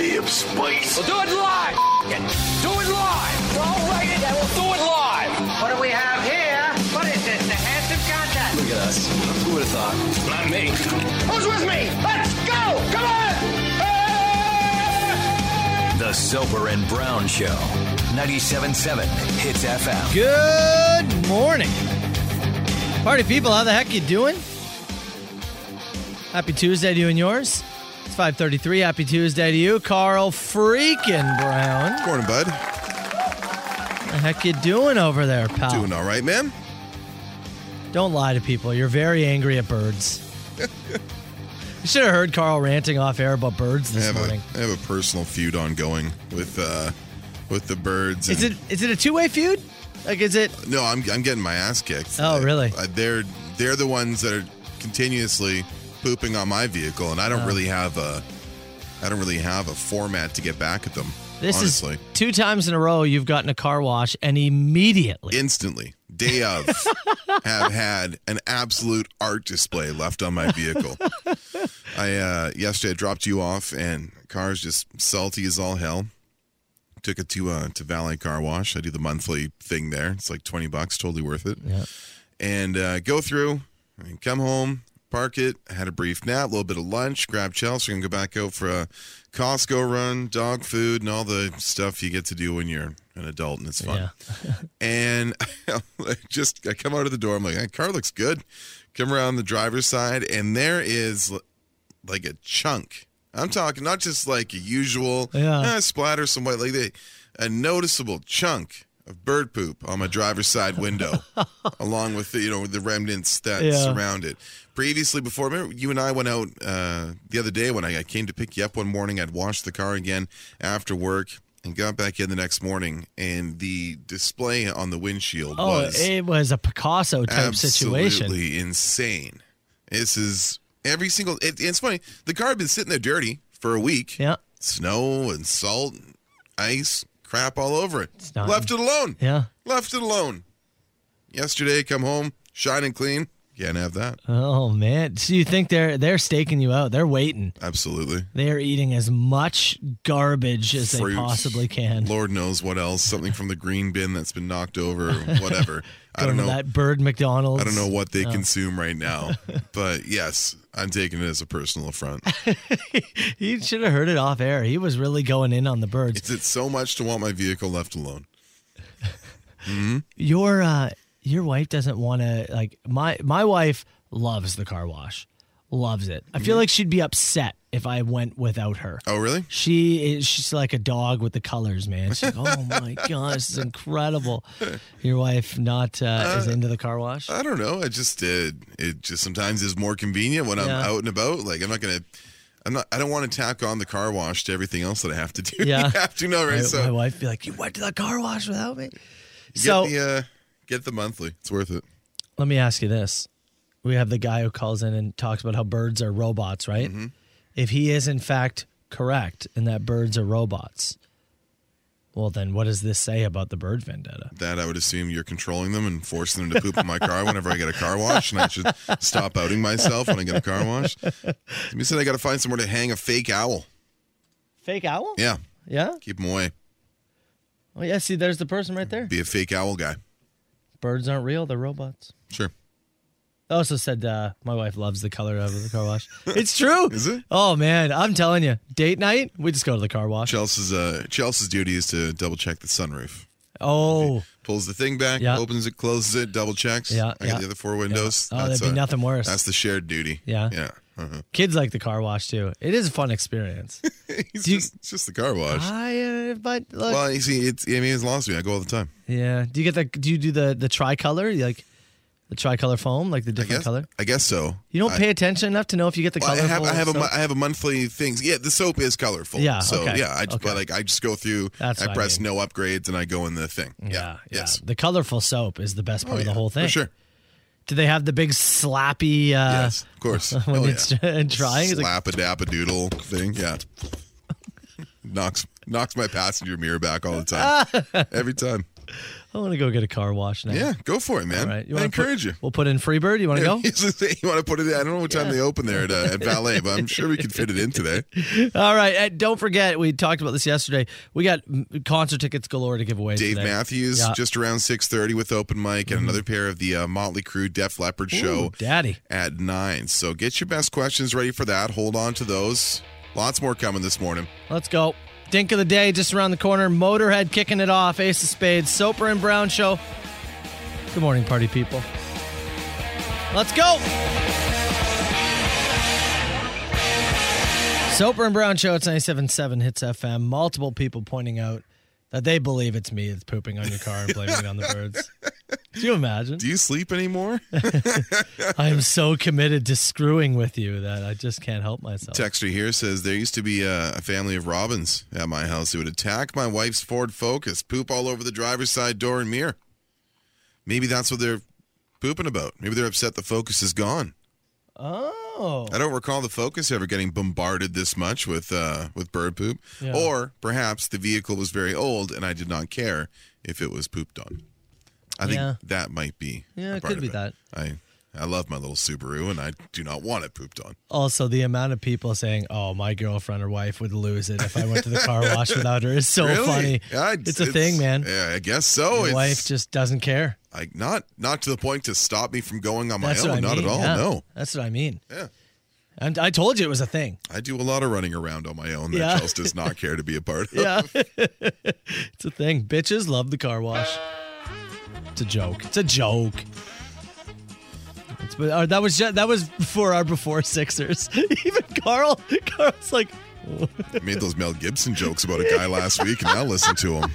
space. We'll do it live. F- it. Do it live. We'll all write it and we'll do it live. What do we have here? What is this? The handsome contest. Look at us. Who would have thought? Not me. Who's with me? Let's go! Come on! Hey! The Sober and Brown Show. 97.7 Hits FM. Good morning. Party people, how the heck you doing? Happy Tuesday to you and yours. It's 5:33. Happy Tuesday to you, Carl freaking Brown. Good morning, bud. The heck you doing over there, pal? Doing all right, man. Don't lie to people. You're very angry at birds. you should have heard Carl ranting off air about birds I this have, a, morning. I have a personal feud ongoing with uh, with the birds. Is and- it is it a two way feud? Like is it? No, I'm, I'm getting my ass kicked. Oh, I- really? I- they're they're the ones that are continuously pooping on my vehicle, and I Oh. don't really have a I don't really have a format to get back at them. This honestly, is two times in a row you've gotten a car wash and immediately. instantly day of have had an absolute art display left on my vehicle. I uh, yesterday I dropped you off, and car's just salty as all hell. Took it to uh, to Valet Car Wash. I do the monthly thing there. It's like twenty bucks, totally worth it. And uh, go through and come home, park it. Had a brief nap, a little bit of lunch, grab Chelsea, and go back out for a Costco run, dog food, and all the stuff you get to do when you're an adult, and it's fun. Yeah. And I just I come out of the door. I'm like, that car looks good. Come around the driver's side, and there is l- like a chunk. I'm talking not just like a usual Yeah. eh, splatter, some white like they, a noticeable chunk of bird poop on my driver's side window, along with the, you know the remnants that Yeah. surround it. Previously, before remember you and I went out uh, the other day when I, I came to pick you up one morning, I'd washed the car again after work and got back in the next morning, and the display on the windshield Oh, was it was a Picasso type absolutely situation. insane. This is every single. It, it's funny. The car had been sitting there dirty for a week. Yeah. Snow and salt, and ice, crap all over it. not- Left it alone. Yeah. Left it alone. Yesterday, come home, shining clean. Can't have that. Oh man. So you think they're they're staking you out? They're waiting. Absolutely. They are eating as much garbage as Fruit. they possibly can. Lord knows what else. Something from the green bin that's been knocked over, or whatever. I Go don't to know. that Oh. bird McDonald's. I don't know what they consume right now. but yes, I'm taking it as a personal affront. He should have heard it off air. He was really going in on the birds. Is it so much to want my vehicle left alone? Your uh, your wife doesn't want to like my my wife loves the car wash, loves it. I feel like she'd be upset if I went without her. Oh, really? She is she's like a dog with the colors, man. She's like, oh my gosh, this is incredible. Your wife not uh, is into the car wash. I don't know. I just did. It just sometimes is more convenient when I'm Yeah. out and about. Like I'm not gonna. I'm not. I don't want to tack on the car wash to everything else that I have to do. Yeah. you have to know, right? my, my so wife be like, you went to the car wash without me. get so the uh, get the monthly. It's worth it. Let me ask you this. We have the guy who calls in and talks about how birds are robots, right? Mm-hmm. If he is in fact correct in that birds are robots, well then what does this say about the bird vendetta? That I would assume you're controlling them and forcing them to poop in my car whenever I get a car wash, and I should stop outing myself when I get a car wash. You said I got to find somewhere to hang a fake owl. Fake owl? Yeah, Yeah? keep them away. Oh yeah, see there's the person right there. Be a fake owl guy. Birds aren't real, they're robots. Sure. I also said uh, my wife loves the color of the car wash. it's true. Is it? Oh man, I'm telling you, date night, we just go to the car wash. Chelsea's uh, Chelsea's duty is to double check the sunroof. Oh, pulls the thing back, Yeah. opens it, closes it, double checks. Yeah, I yeah. got the other four windows. Oh, that'd be uh, nothing worse. That's the shared duty. Yeah. yeah. Uh-huh. kids like the car wash too. It is a fun experience. It's, Do you- just, it's just the car wash. I, uh, but look, well, you see, it's I mean, it's lost me. I go all the time. Yeah. Do you get the? Do you do the the tricolor? You Like the tricolor foam, like the I different guess. color. I guess so. You don't I- pay attention enough to know if you get the Well, I color. have I have a mo- I have a monthly things. Yeah, the soap is colorful. Yeah, So okay, yeah, I just, okay. but like I just go through. That's what I I press mean. no upgrades and I go in the thing. Yeah. yeah, yeah. Yes. The colorful soap is the best part Oh, of yeah, the whole thing. For sure. Do they have the big slappy? Uh, yes. Of course. When oh, it's yeah. trying, it's like slap a dap a doodle thing. Yeah. knocks knocks my passenger mirror back all the time. Every time. I want to go get a car wash now. Yeah, go for it, man. All right. I wanna encourage put- you. We'll put in Freebird. You want to go? you want to put it? I don't know what time they open there at, uh, at Valet, but I'm sure we could fit it in today. All right. And don't forget, we talked about this yesterday. We got mm, concert tickets galore to give away. Dave today. Matthews Yeah. Mm-hmm. just around 6:30 with open mic and another pair of the uh, Motley Crue Def Leppard Ooh, show Daddy. at 9. So get your best questions ready for that. Hold on to those. Lots more coming this morning. Let's go. Dink of the day just around the corner. Motorhead kicking it off. Ace of Spades. Soper and Brown show. Good morning, party people. Let's go. Soper and Brown show. It's 97.7 Hits FM. Multiple people pointing out that they believe it's me that's pooping on your car and blaming it on the birds. Do you imagine? Do you sleep anymore? I am so committed to screwing with you that I just can't help myself. Texter here says there used to be a, a family of robins at my house who would attack my wife's Ford Focus, poop all over the driver's side door and mirror. Maybe that's what they're pooping about. Maybe they're upset the Focus is gone. Oh. I don't recall the Focus ever getting bombarded this much with uh, with bird poop, Yeah. or perhaps the vehicle was very old and I did not care if it was pooped on. I think Yeah. that might be. Yeah, a it part could of be that. I I love my little Subaru and I do not want it pooped on. Also, the amount of people saying, "Oh, my girlfriend or wife would lose it if I went to the car wash without her" is so Really? Oh, funny. Yeah, it's, a thing, man. Yeah, I guess so. Your It's wife just doesn't care. like not not to the point to stop me from going on my That's own. what I not mean. at all. yeah. No, that's what I mean. Yeah. And I told you it was a thing. I do a lot of running around on my own that Yeah. Chelsea does not care to be a part of. Yeah, it's a thing. Bitches love the car wash. It's a joke. It's a joke. It's, but uh, that was ju- that was for our before Sixers. Even Carl, Carl's like, I made those Mel Gibson jokes about a guy last week, and now listen to him.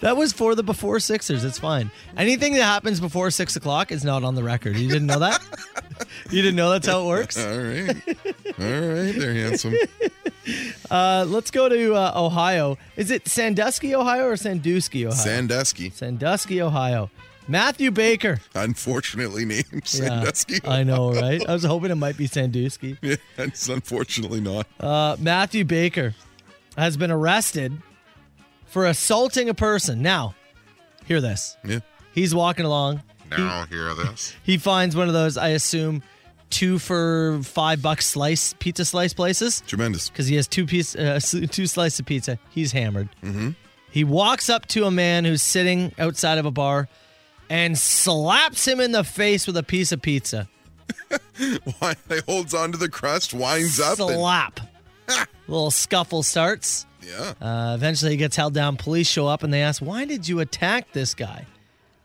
That was for the before Sixers. It's fine. Anything that happens before six o'clock is not on the record. You didn't know that? you didn't know that's how it works? All right, all right, they're handsome. Uh, let's go to uh, Ohio. Is it Sandusky, Ohio, or Sandusky, Ohio? Sandusky, Sandusky, Ohio. Matthew Baker. unfortunately named Yeah, Sandusky. I know, right? I was hoping it might be Sandusky. Yeah, it's unfortunately not. Uh, Matthew Baker has been arrested for assaulting a person. Now, hear this. yeah, He's walking along. now hear this. He finds one of those, I assume, two for five bucks slice pizza slice places Tremendous. because he has two piece, uh, s- two slices of pizza. He's hammered. Mm-hmm. He walks up to a man who's sitting outside of a bar and slaps him in the face with a piece of pizza. Why they holds on to the crust, winds up, and, Slap. Little scuffle starts. yeah. Uh, eventually, he gets held down. Police show up and they ask, Why did you attack this guy?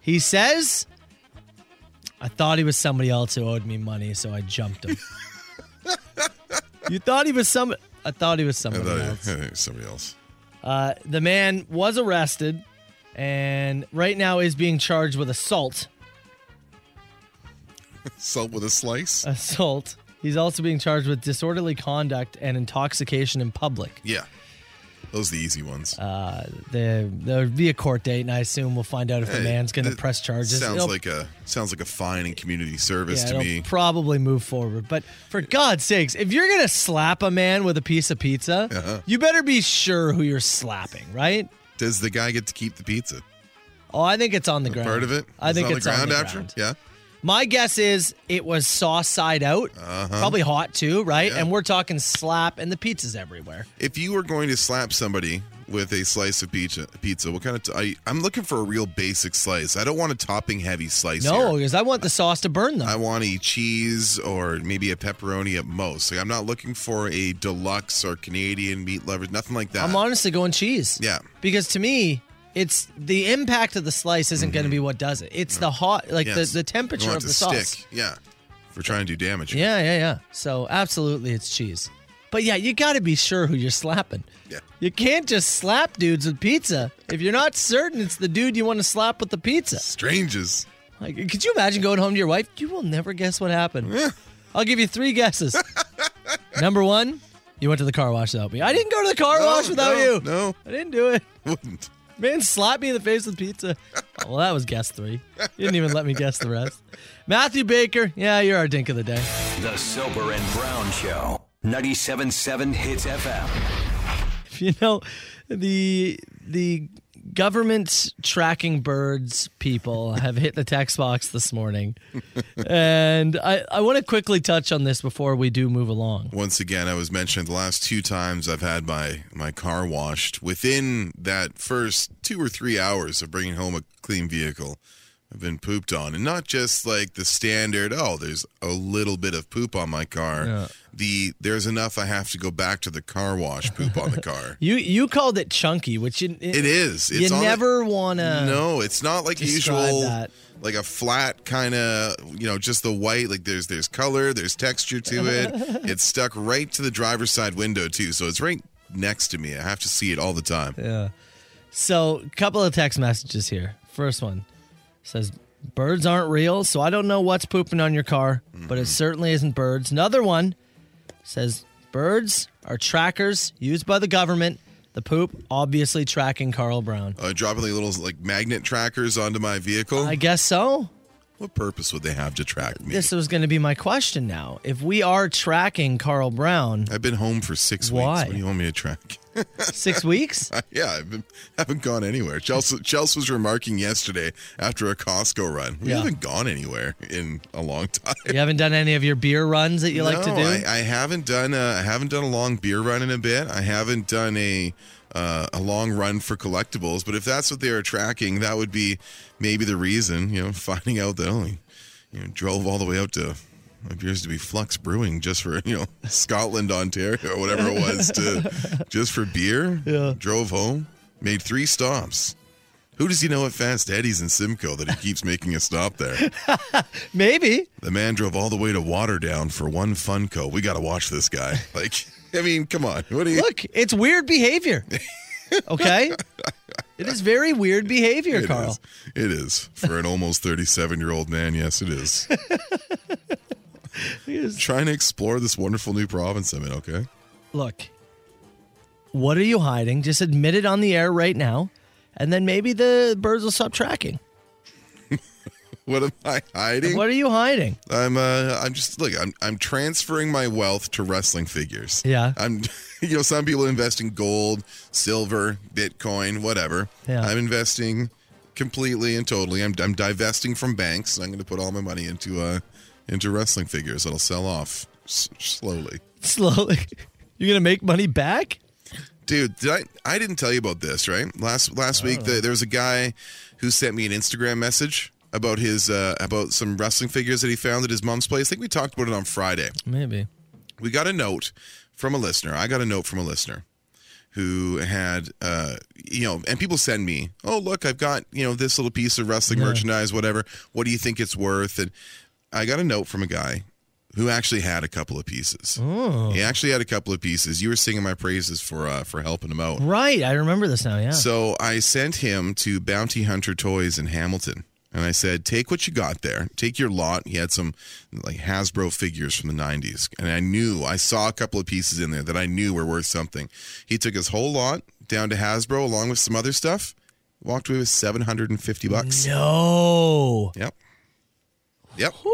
He says, I thought he was somebody else who owed me money, so I jumped him. you thought he was some. I thought he was I somebody thought else. I thought it was somebody else. Uh, the man was arrested and right now is being charged with assault. Salt with a slice. Uh, Assault. He's also being charged with disorderly conduct and intoxication in public. Yeah, those are the easy ones. uh, There, there'll be a court date, and I assume we'll find out if the Hey, man's going to that press charges. Sounds It'll- like a sounds like a fine and community service yeah, to it'll me. probably move forward. But for God's sakes, if you're going to slap a man with a piece of pizza, Uh-huh. you better be sure who you're slapping, right? Does the guy get to keep the pizza? Oh, I think it's on the ground. Part of it. I think on it's the ground on the after. ground. Yeah. My guess is it was sauce side out, probably hot too, right? Uh-huh. Yeah. And we're talking slap, and the pizza's everywhere. If you were going to slap somebody with a slice of pizza, pizza, what kind of? T- I, I'm looking for a real basic slice. I don't want a topping heavy slice. No, here. because I want the sauce to burn them. I want a cheese or maybe a pepperoni at most. Like I'm not looking for a deluxe or Canadian meat lovers, nothing like that. I'm honestly going cheese. Yeah. because to me, it's the impact of the slice isn't going to be what does it. It's the hot, like Mm-hmm. Yes. the, the I temperature want of it the to sauce. Stick. Yeah. For trying to do damage. Yeah, yeah, yeah. So absolutely, it's cheese. But yeah, you got to be sure who you're slapping. Yeah. You can't just slap dudes with pizza if you're not certain it's the dude you want to slap with the pizza. Strangers. Like, could you imagine going home to your wife? You will never guess what happened. I'll give you three guesses. Number one, you went to the car wash without me. I didn't go to the car No, wash without no, you. No, I didn't do it. wouldn't. Man slapped me in the face with pizza. well, that was guess three. You didn't even let me guess the rest. Matthew Baker. Yeah, you're our dink of the day. The Sober and Brown Show. 97.7 Hits FM. You know, the the government tracking birds people have hit the text box this morning. and I, I want to quickly touch on this before we do move along. Once again, I was mentioned the last two times I've had my, my car washed. Within that first two or three hours of bringing home a clean vehicle, I've been pooped on. And not just like the standard, oh, there's a little bit of poop on my car. The there's enough I have to go back to the car wash poop on the car. You you called it chunky, which you, It is. you It's on the- never want to. No, it's not like Describe usual that. like a flat kind of, you know, just the white like there's there's color, there's texture to it. it's stuck right to the driver's side window too. So it's right next to me. I have to see it all the time. So, couple of text messages here. First one says, Birds aren't real, so I don't know what's pooping on your car, but Mm-hmm. it certainly isn't birds. Another one says, Birds are trackers used by the government. The poop obviously tracking Carl Brown. Uh, dropping like little like magnet trackers onto my vehicle. I guess so. what purpose would they have to track me? This was going to be my question now. If we are tracking Carl Brown I've been home for six Why? weeks. What do you want me to track? six weeks, yeah, I've been, haven't gone anywhere. Chelsea, Chelsea was remarking yesterday after a Costco run. We Yeah. haven't gone anywhere in a long time. you haven't done any of your beer runs that you like to No, do? I, I haven't done a, I haven't done a long beer run in a bit. I haven't done a uh, a long run for collectibles. But if that's what they were tracking, that would be maybe the reason. You know, finding out that only you know, drove all the way out to appears to be Flux Brewing just for you know Scotland, Ontario, or whatever it was to just for beer. Yeah. Drove home, made three stops. Who does he know at Fast Eddie's in Simcoe that he keeps making a stop there? Maybe. The man drove all the way to Waterdown for one Funko. We got to watch this guy. Like, I mean, come on. What do you? Look, it's weird behavior. Okay? it is very weird behavior, It Carl. is. It is for an almost thirty-seven-year-old man. Yes, it is. Trying to explore this wonderful new province I'm in. Okay. Look, what are you hiding? Just admit it on the air right now, and then maybe the birds will stop tracking. What am I hiding? What are you hiding? I'm. Uh, I'm just look. I'm. I'm transferring my wealth to wrestling figures. Yeah. I'm. You know, some people invest in gold, silver, Bitcoin, whatever. Yeah. I'm investing completely and totally. I'm. I'm divesting from banks. And I'm going to put all my money into uh into wrestling figures that'll sell off s- slowly. Slowly. You're going to make money back? Dude, did I I didn't tell you about this, right? Last last Oh. week the, there was a guy who sent me an Instagram message about his uh, about some wrestling figures that he found at his mom's place. I think we talked about it on Friday. Maybe. we got a note from a listener. I got a note from a listener who had, uh, you know, and people send me, oh, look, I've got, you know, this little piece of wrestling merchandise, whatever. What do you think it's worth? And I got a note from a guy who actually had a couple of pieces. He actually had a couple of pieces. You were singing my praises for uh, for helping him out. Right. I remember this now. Yeah. So I sent him to Bounty Hunter Toys in Hamilton. And I said, take what you got there. Take your lot. He had some like Hasbro figures from the 90s. And I knew, I saw a couple of pieces in there that I knew were worth something. He took his whole lot down to Hasbro along with some other stuff, walked away with 750 bucks. no. Yep. Yep. Mm.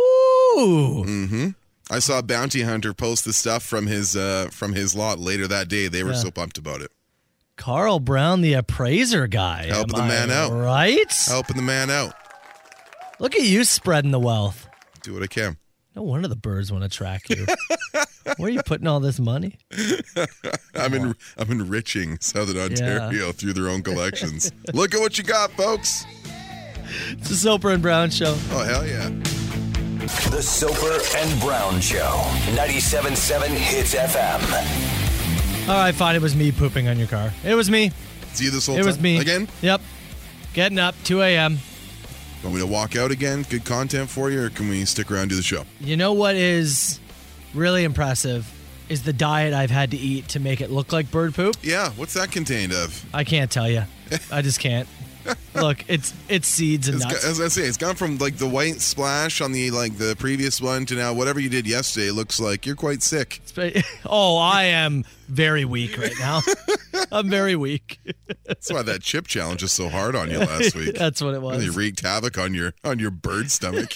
Ooh. I saw Bounty Hunter post the stuff from his uh from his lot later that day. They were Yeah. so pumped about it. Carl Brown, the appraiser guy. Helping Am the man I out. Right? Helping the man out. Look at you spreading the wealth. Do what I can. No wonder the birds want to track you. Where are you putting all this money? I'm in, I'm enriching Southern Ontario through their own collections. Look at what you got, folks! It's the Soper and Brown Show. Oh hell yeah! The Soper and Brown Show. 97.7 Hits FM. All right, fine. It was me pooping on your car. It was me. It's you this whole It time was me. again. Yep. Getting up, 2 a.m. Want me to walk out again? Good content for you, or can we stick around and do the show? You know what is really impressive is the diet I've had to eat to make it look like bird poop. Yeah, what's that contained of? I can't tell you. I just can't. Look, it's it's seeds and It's go- nuts. as I say, it's gone from like the white splash on the like the previous one to now whatever you did yesterday looks like you're quite sick. Oh, I am very weak right now. I'm very weak. That's why that chip challenge is so hard on you last week. That's what it was. Really wreaked havoc on your on your bird stomach.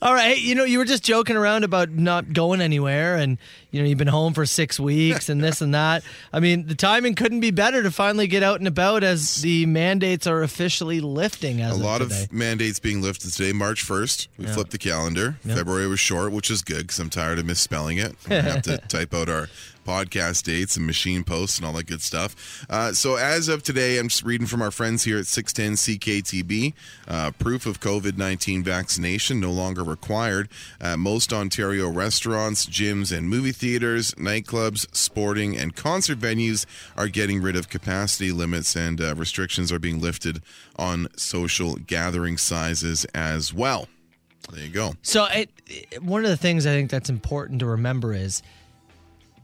All right, you know, you were just joking around about not going anywhere, and you know, you've been home for six weeks and this and that. I mean, the timing couldn't be better to finally get out and about as the mandates are officially lifting. As a of lot today. of mandates being lifted today. March 1st, we flipped the calendar. February was short, which is good because I'm tired of misspelling it. I have to type out our podcast dates and machine posts and all that good stuff. Uh, so, as of today, I'm just reading from our friends here at 610 CKTB. Uh, proof of COVID 19 vaccination no longer required at most Ontario restaurants, gyms, and movie theaters, nightclubs, sporting, and concert venues are getting rid of capacity limits and uh, restrictions are being lifted on social gathering sizes as well. There you go. So it, it- one of the things I think that's important to remember is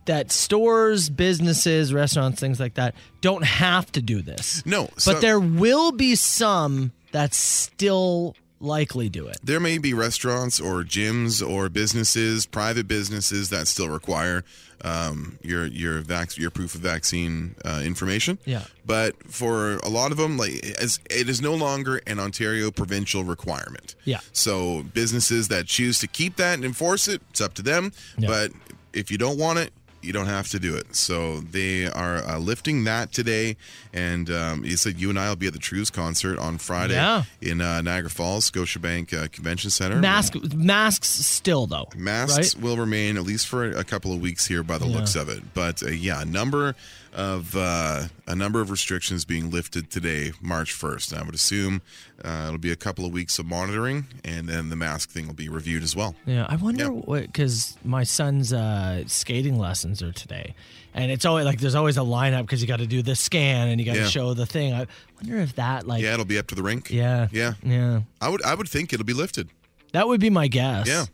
that stores, businesses, restaurants, things like that don't have to do this. No, but so- there will be some that still likely do it. There may be restaurants or gyms or businesses, private businesses that still require um, your your vac- your proof of vaccine uh, information. Yeah. But for a lot of them, like it's, it is no longer an Ontario provincial requirement. Yeah. So businesses that choose to keep that and enforce it, it's up to them. Yeah. But if you don't want it, you don't have to do it. So they are uh, lifting that today. And um, you said you and I will be at the Trues concert on Friday Yeah. in uh, Niagara Falls, Scotiabank uh, Convention Center. Mask, masks still though. Masks right? will remain at least for a couple of weeks here, by the looks of it. But uh, yeah, a number of uh, a number of restrictions being lifted today, March first. I would assume uh, it'll be a couple of weeks of monitoring, and then the mask thing will be reviewed as well. Yeah, I wonder Yeah. what because my son's uh, skating lessons are today, and it's always like there's always a lineup because you got to do the scan and you got to Yeah. show the thing. I wonder if that like Yeah, it'll be up to the rink. yeah yeah. yeah I would I would think it'll be lifted. That would be my guess. Yeah.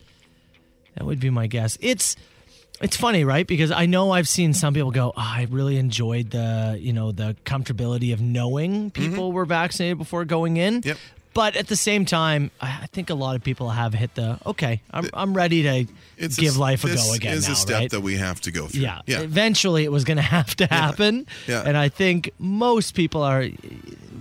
That would be my guess. It's it's funny, right? Because I know I've seen some people go, "Ah, I really enjoyed the, you know, the comfortability of knowing people were vaccinated before going in. Mm-hmm. Yep. But at the same time, I I think a lot of people have hit the okay. I'm, I'm ready to It's give s- life a this go again Is now, a step right? that we have to go through. yeah. yeah. Eventually, it was going to have to happen. Yeah. And I think most people are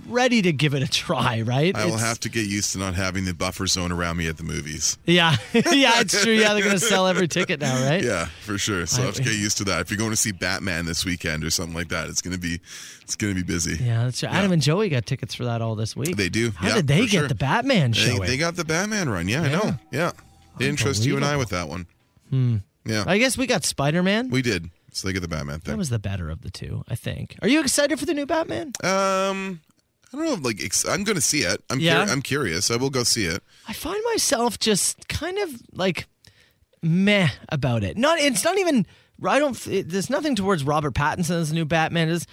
ready to give it a try, right? I will It's- have to get used to not having the buffer zone around me at the movies. Yeah, yeah, it's true. Yeah, they're going to sell every ticket now, right? Yeah, for sure. So I, I- have to get used to that. If you're going to see Batman this weekend or something like that, it's gonna be it's gonna be busy. Yeah, that's true. Adam and Joey got tickets for that all this week. They do. How Yeah, did they for get sure. the Batman They, show? they got the Batman run. Yeah, I know. Yeah, they interest you and I Unbelievable. with that one. Hmm. Yeah, I guess we got Spider Man. we did. So they get the Batman That thing. was the better of the two, I think. Are you excited for the new Batman? um, I don't know. if, Like, ex- I'm gonna see it. I'm cur- Yeah. I'm curious. I will go see it. I find myself just kind of like meh about it. Not it's not even I don't it, there's nothing towards Robert Pattinson's new Batman is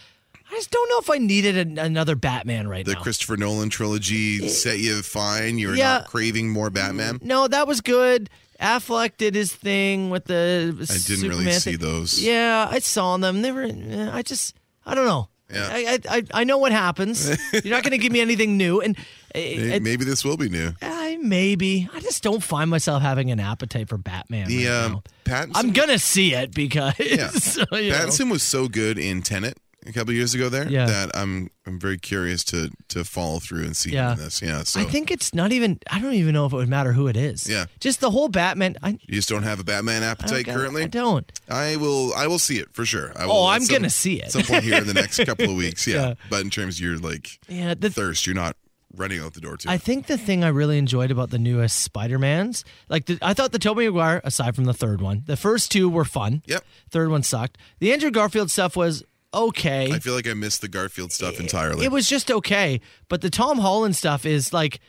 I just don't know if I needed an, another Batman right The now. Christopher Nolan trilogy set you fine. You're Oh. Yeah. not craving more Batman. no, that was good. Affleck did his thing with the I didn't really see those. Yeah, I saw them. They were. eh, I just. I don't know. Yeah. I, I I- I know what happens. You're not going to give me anything new, and May- maybe. Maybe this will be new. I maybe I just don't find myself having an appetite for Batman. The right um, now. Pattinson I'm gonna see it because you know. Pattinson was so good in Tenet a couple years ago there Yeah. that I'm I'm very curious to to follow through and see Yeah. him in this. Yeah, so I think it's not even. I don't even know if it would matter who it is. Yeah. just the whole Batman. I, you just don't have a Batman I don't appetite got- currently. I don't. I will I will see it for sure. I will, Oh, at I'm gonna see it. some point here in the next couple of weeks. Yeah, Yeah. but in terms of your like Yeah, the, thirst, you're not running out the door to. I it. think the thing I really enjoyed about the newest Spider-Mans, like the, I thought the Tobey Maguire, aside from the third one, the first two were fun. Yep. Third one sucked. The Andrew Garfield stuff was okay. I feel like I missed the Garfield stuff entirely. It was just okay, but the Tom Holland stuff is like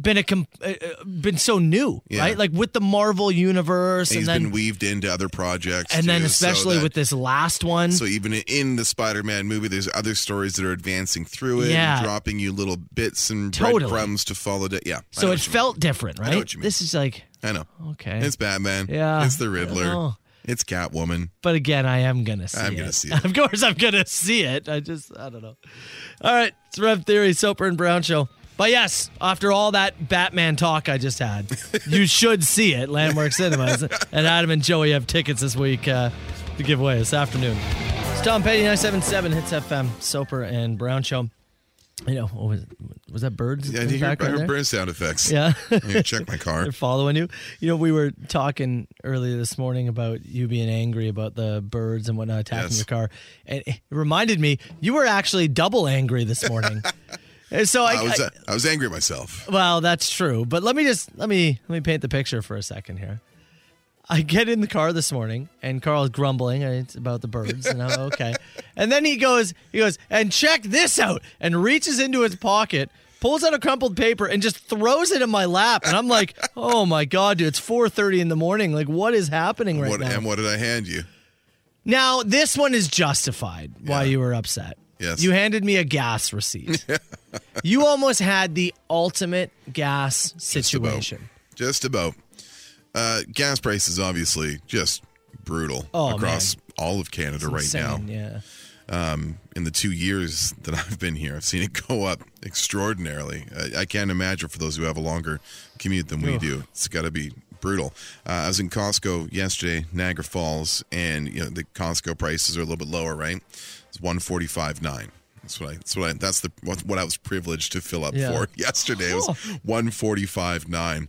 been a com- uh, uh, been so new, Yeah. right? Like with the Marvel universe, and and, he's then been weaved into other projects, and then too, especially so that- with this last one. So even in the Spider-Man movie, there's other stories that are advancing through it, and Yeah. dropping you little bits and Totally. breadcrumbs to follow. It. Yeah. I know so it what you felt different, right? know what you mean. This is like mean. I know. okay, It's Batman. Yeah. Oh. It's the I Riddler. know. It's Catwoman. But again, I am gonna see I'm it. gonna see it. Of course, I'm gonna see it. I just, I don't know. All right, it's Rev Theory, Soper and Brown show. But yes, after all that Batman talk I just had, you should see it. Landmark Cinemas and Adam and Joey have tickets this week uh, to give away this afternoon. It's Tom Petty, 977 Hits FM, Soper and Brown show. You know, what was it? Was that birds? Yeah, in I the hear, I background heard there? burn sound effects. Yeah. I'm gonna check my car. They're following you. You know, we were talking earlier this morning about you being angry about the birds and whatnot attacking Yes. your car, and it reminded me you were actually double angry this morning. And so I, I was I- uh, I was angry at myself. well, that's true. But let me just let me let me paint the picture for a second here. I get in the car this morning, and Carl's grumbling and it's about the birds, and I'm okay. And then he goes, he goes, and check this out, and reaches into his pocket, pulls out a crumpled paper, and just throws it in my lap. And I'm like, oh my god, dude, it's 4:30 in the morning. Like, what is happening right What now? and what did I hand you? Now, this one is justified why Yeah. you were upset. Yes. You handed me a gas receipt. you almost had the ultimate gas situation. Just about. Uh, gas prices obviously just brutal Oh, across all of Canada right now. Insane, Yeah. in the two years that I've been here, I've seen it go up extraordinarily. I, I can't imagine for those who have a longer commute than we do. It's got to be brutal. Uh, I was in Costco yesterday, Niagara Falls, and you know the Costco prices are a little bit lower, right? It's one forty five nine. That's what I. That's what I. That's the what, what I was privileged to fill up Yeah. for yesterday. It was one forty five nine.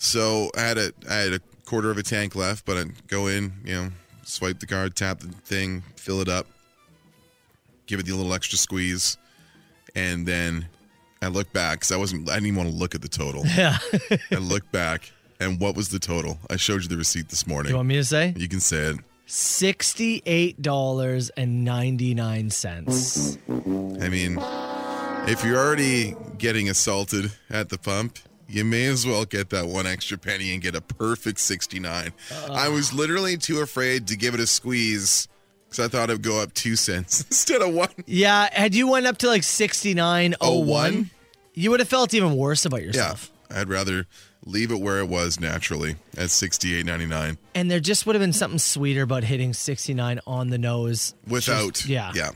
So I had a I had a quarter of a tank left, but I go in, you know, swipe the card, tap the thing, fill it up give it the little extra squeeze, and then I look back because I wasn't I didn't even want to look at the total. Yeah. I look back, and what was the total? I showed you the receipt this morning. you want me to say? You can say it. $68.99. I mean, if you're already getting assaulted at the pump, you may as well get that one extra penny and get a perfect 69. Uh. I was literally too afraid to give it a squeeze because I thought it would go up two cents instead of one. Yeah. Had you went up to like 69.01, one? you would have felt even worse about Yeah, yourself. I'd rather leave it where it was naturally at 68.99. And there just would have been something sweeter about hitting 69 on the nose. without Just- yeah. yeah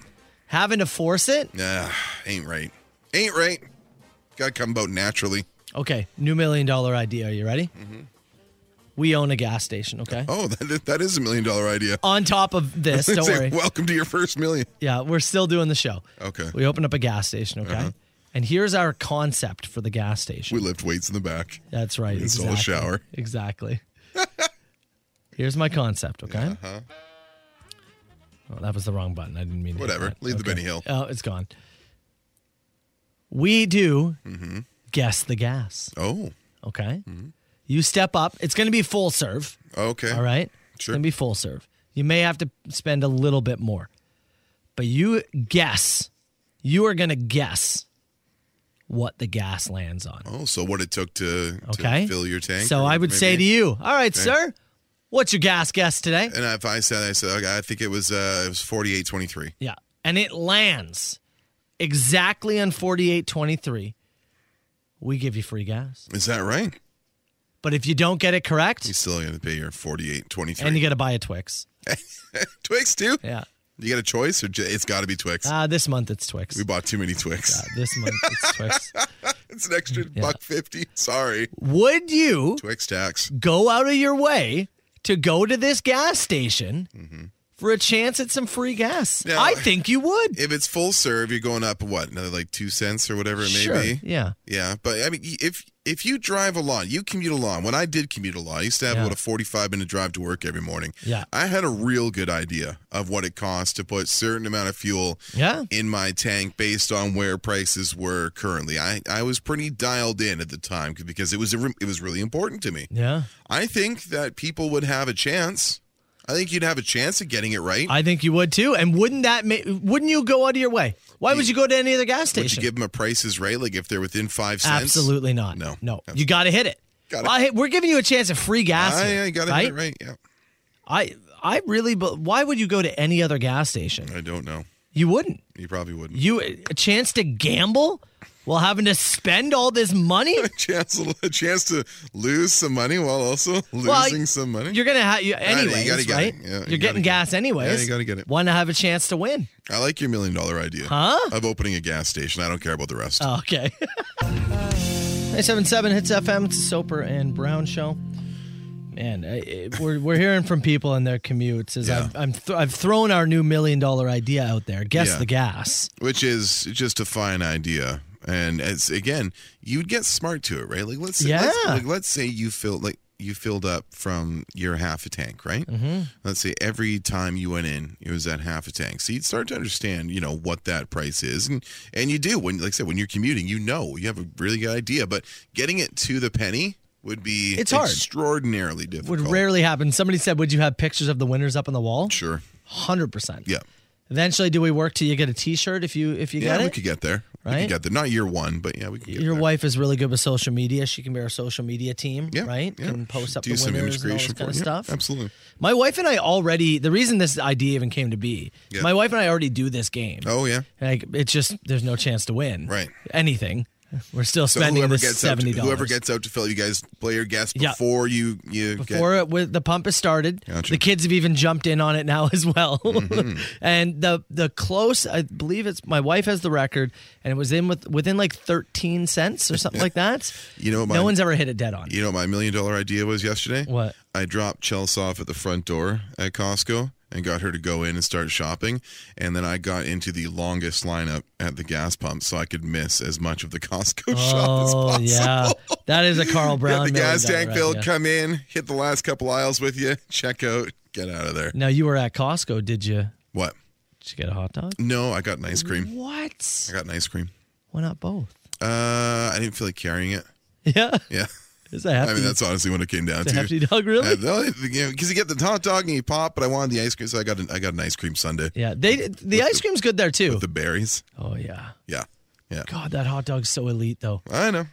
Having to force it. nah ain't right ain't right gotta come about naturally Okay, new million dollar idea. Are you ready? Mm-hmm. We own a gas station, okay? oh that, that is a million dollar idea On top of this, don't Say, worry. welcome to your first million Yeah, we're still doing the show. Okay. Uh-huh. We opened up a gas station, okay? And here's our concept for the gas we station. lift weights in the back That's right. install a exactly. shower. Exactly. here's my concept, okay? Uh-huh. Oh, that was the wrong button. I didn't mean to hit Whatever. that. Leave the Benny Hill. Oh, it's gone. We do Mm-hmm. guess the gas, oh okay? You step up. It's going to be full serve. okay All right. Sure. It's gonna be full serve. You may have to spend a little bit more, but you guess. You are gonna guess what the gas lands on. oh so what it took to, to Okay. fill your tank So or I would say to maybe- Uh, you, all right, sir, what's your gas guess today? and if i said i said okay, i think it was uh it was 48.23 Yeah. And it lands exactly on forty-eight twenty-three. We give you free gas. is that right But if you don't get it you correct, still gonna pay your 48.23 and you gotta buy a Twix. twix too Yeah. you got a choice or j- it's gotta be twix Uh, this month it's Twix. we bought too many twix Uh, this month it's Twix. it's an extra Mm, buck 50 sorry Would you twix tax go out of your way to go to this gas station for a chance at some free gas. Mm-hmm. Yeah. I think you would. if it's full serve, you're going up what another like two cents or whatever it may sure. be. Yeah. Yeah, but I mean, y- if if you drive a lot, you commute a lot. When I did commute a lot, I used to have Yeah. about a 45 minute drive to work every morning. Yeah. I had a real good idea of what it costs to put certain amount of fuel Yeah. in my tank based on where prices were currently. I, I was pretty dialed in at the time because it was a, re- it was really important to me. Yeah. I think that people would have a chance. I think you'd have a chance at getting it right. I think you would too. And wouldn't that ma- wouldn't you go out of your way? Why would you go to any other gas would station? you give them a prices right? Like if they're within five cents? Absolutely not. No. No. Absolutely. You got to hit it. Gotta- I- we're giving you a chance at free gas. I, here, I got it right? right? right. Yeah. I I really but why would you go to any other gas station? I don't know. You wouldn't. You probably wouldn't. You a chance to gamble while having to spend all this money? a chance, a chance to lose some money while also losing Well, some money. You're gonna have you know, you anyways, gotta get it. right? Yeah, you you are gotta getting get gas it. anyways. Yeah, you gotta get it. Want to have a chance to win? I like your million dollar idea Huh? of opening a gas station. I don't care about the rest. Oh, okay. 977 hits FM. It's the Soper and Brown show. Man, I, I- we're we're hearing from people in their commutes. Is Yeah. I've I'm th- I've thrown our new million dollar idea out there. Guess Yeah. the gas. Which is just a fine idea. And it's again, you'd get smart to it, right? Like let's say, Yeah. let's, like let's say you filled like you filled up from your half a tank, right? Mm-hmm. Let's say every time you went in, it was at half a tank. So you'd start to understand, you know, what that price is, and and you do when, like I said, when you're commuting, you know, you have a really good idea. But getting it to the penny would be It's hard. extraordinarily difficult. Would rarely happen. Somebody said, "Would you have pictures of the winners up on the wall?" sure, Hundred percent. yeah. Eventually, do we work till you get a T-shirt if you if you Yeah, get we it? could get there. We Right? could get there. Not year one, but yeah, we could get Your there. wife is really good with social media. She can be our social media team, yeah, right? yeah. Can post up Do the some image winners and all this creation kind of for it. Yeah, stuff. absolutely. My wife and I already. The reason this idea even came to be, Yeah. my wife and I already do this game. Oh yeah. Like it's just there's no chance to win. Right. Anything. We're still So spending whoever this gets out, seventy to, dollars. whoever gets out to fill, you guys play your guess Yeah. before you you before it, with the pump has started. Gotcha. Mm-hmm. The kids have even jumped in on it now as well. and the the close, I believe it's my wife has the record, and it was in with within like thirteen cents or something like that. get. You know what Oh, my no one's ever hit it dead on. you know what my million dollar idea was yesterday. What? I dropped Chelsea off at the front door at Costco and got her to go in and start shopping, and then I got into the longest lineup at the gas pump so I could miss as much of the Costco shop as Oh possible. yeah, that is a Carl Get Brown. the gas million dollar tank filled, idea. come in, hit the last couple aisles with you, check out, get out of there. Now you were at Costco. Did you? What? Did you get a hot dog? No, I got an ice cream. I What? got an ice cream. Why not both? Uh, I didn't feel like carrying it. Yeah, Yeah. is that hefty? I mean, that's honestly what it came down it's a to. Uh, hefty dog, really. Because you get the hot dog and you pop, but I wanted the ice cream, so I got an, I got an ice cream sundae. yeah, they the ice cream's good there too. The berries. oh yeah, Yeah. Yeah. God, that hot dog's so elite though. I know.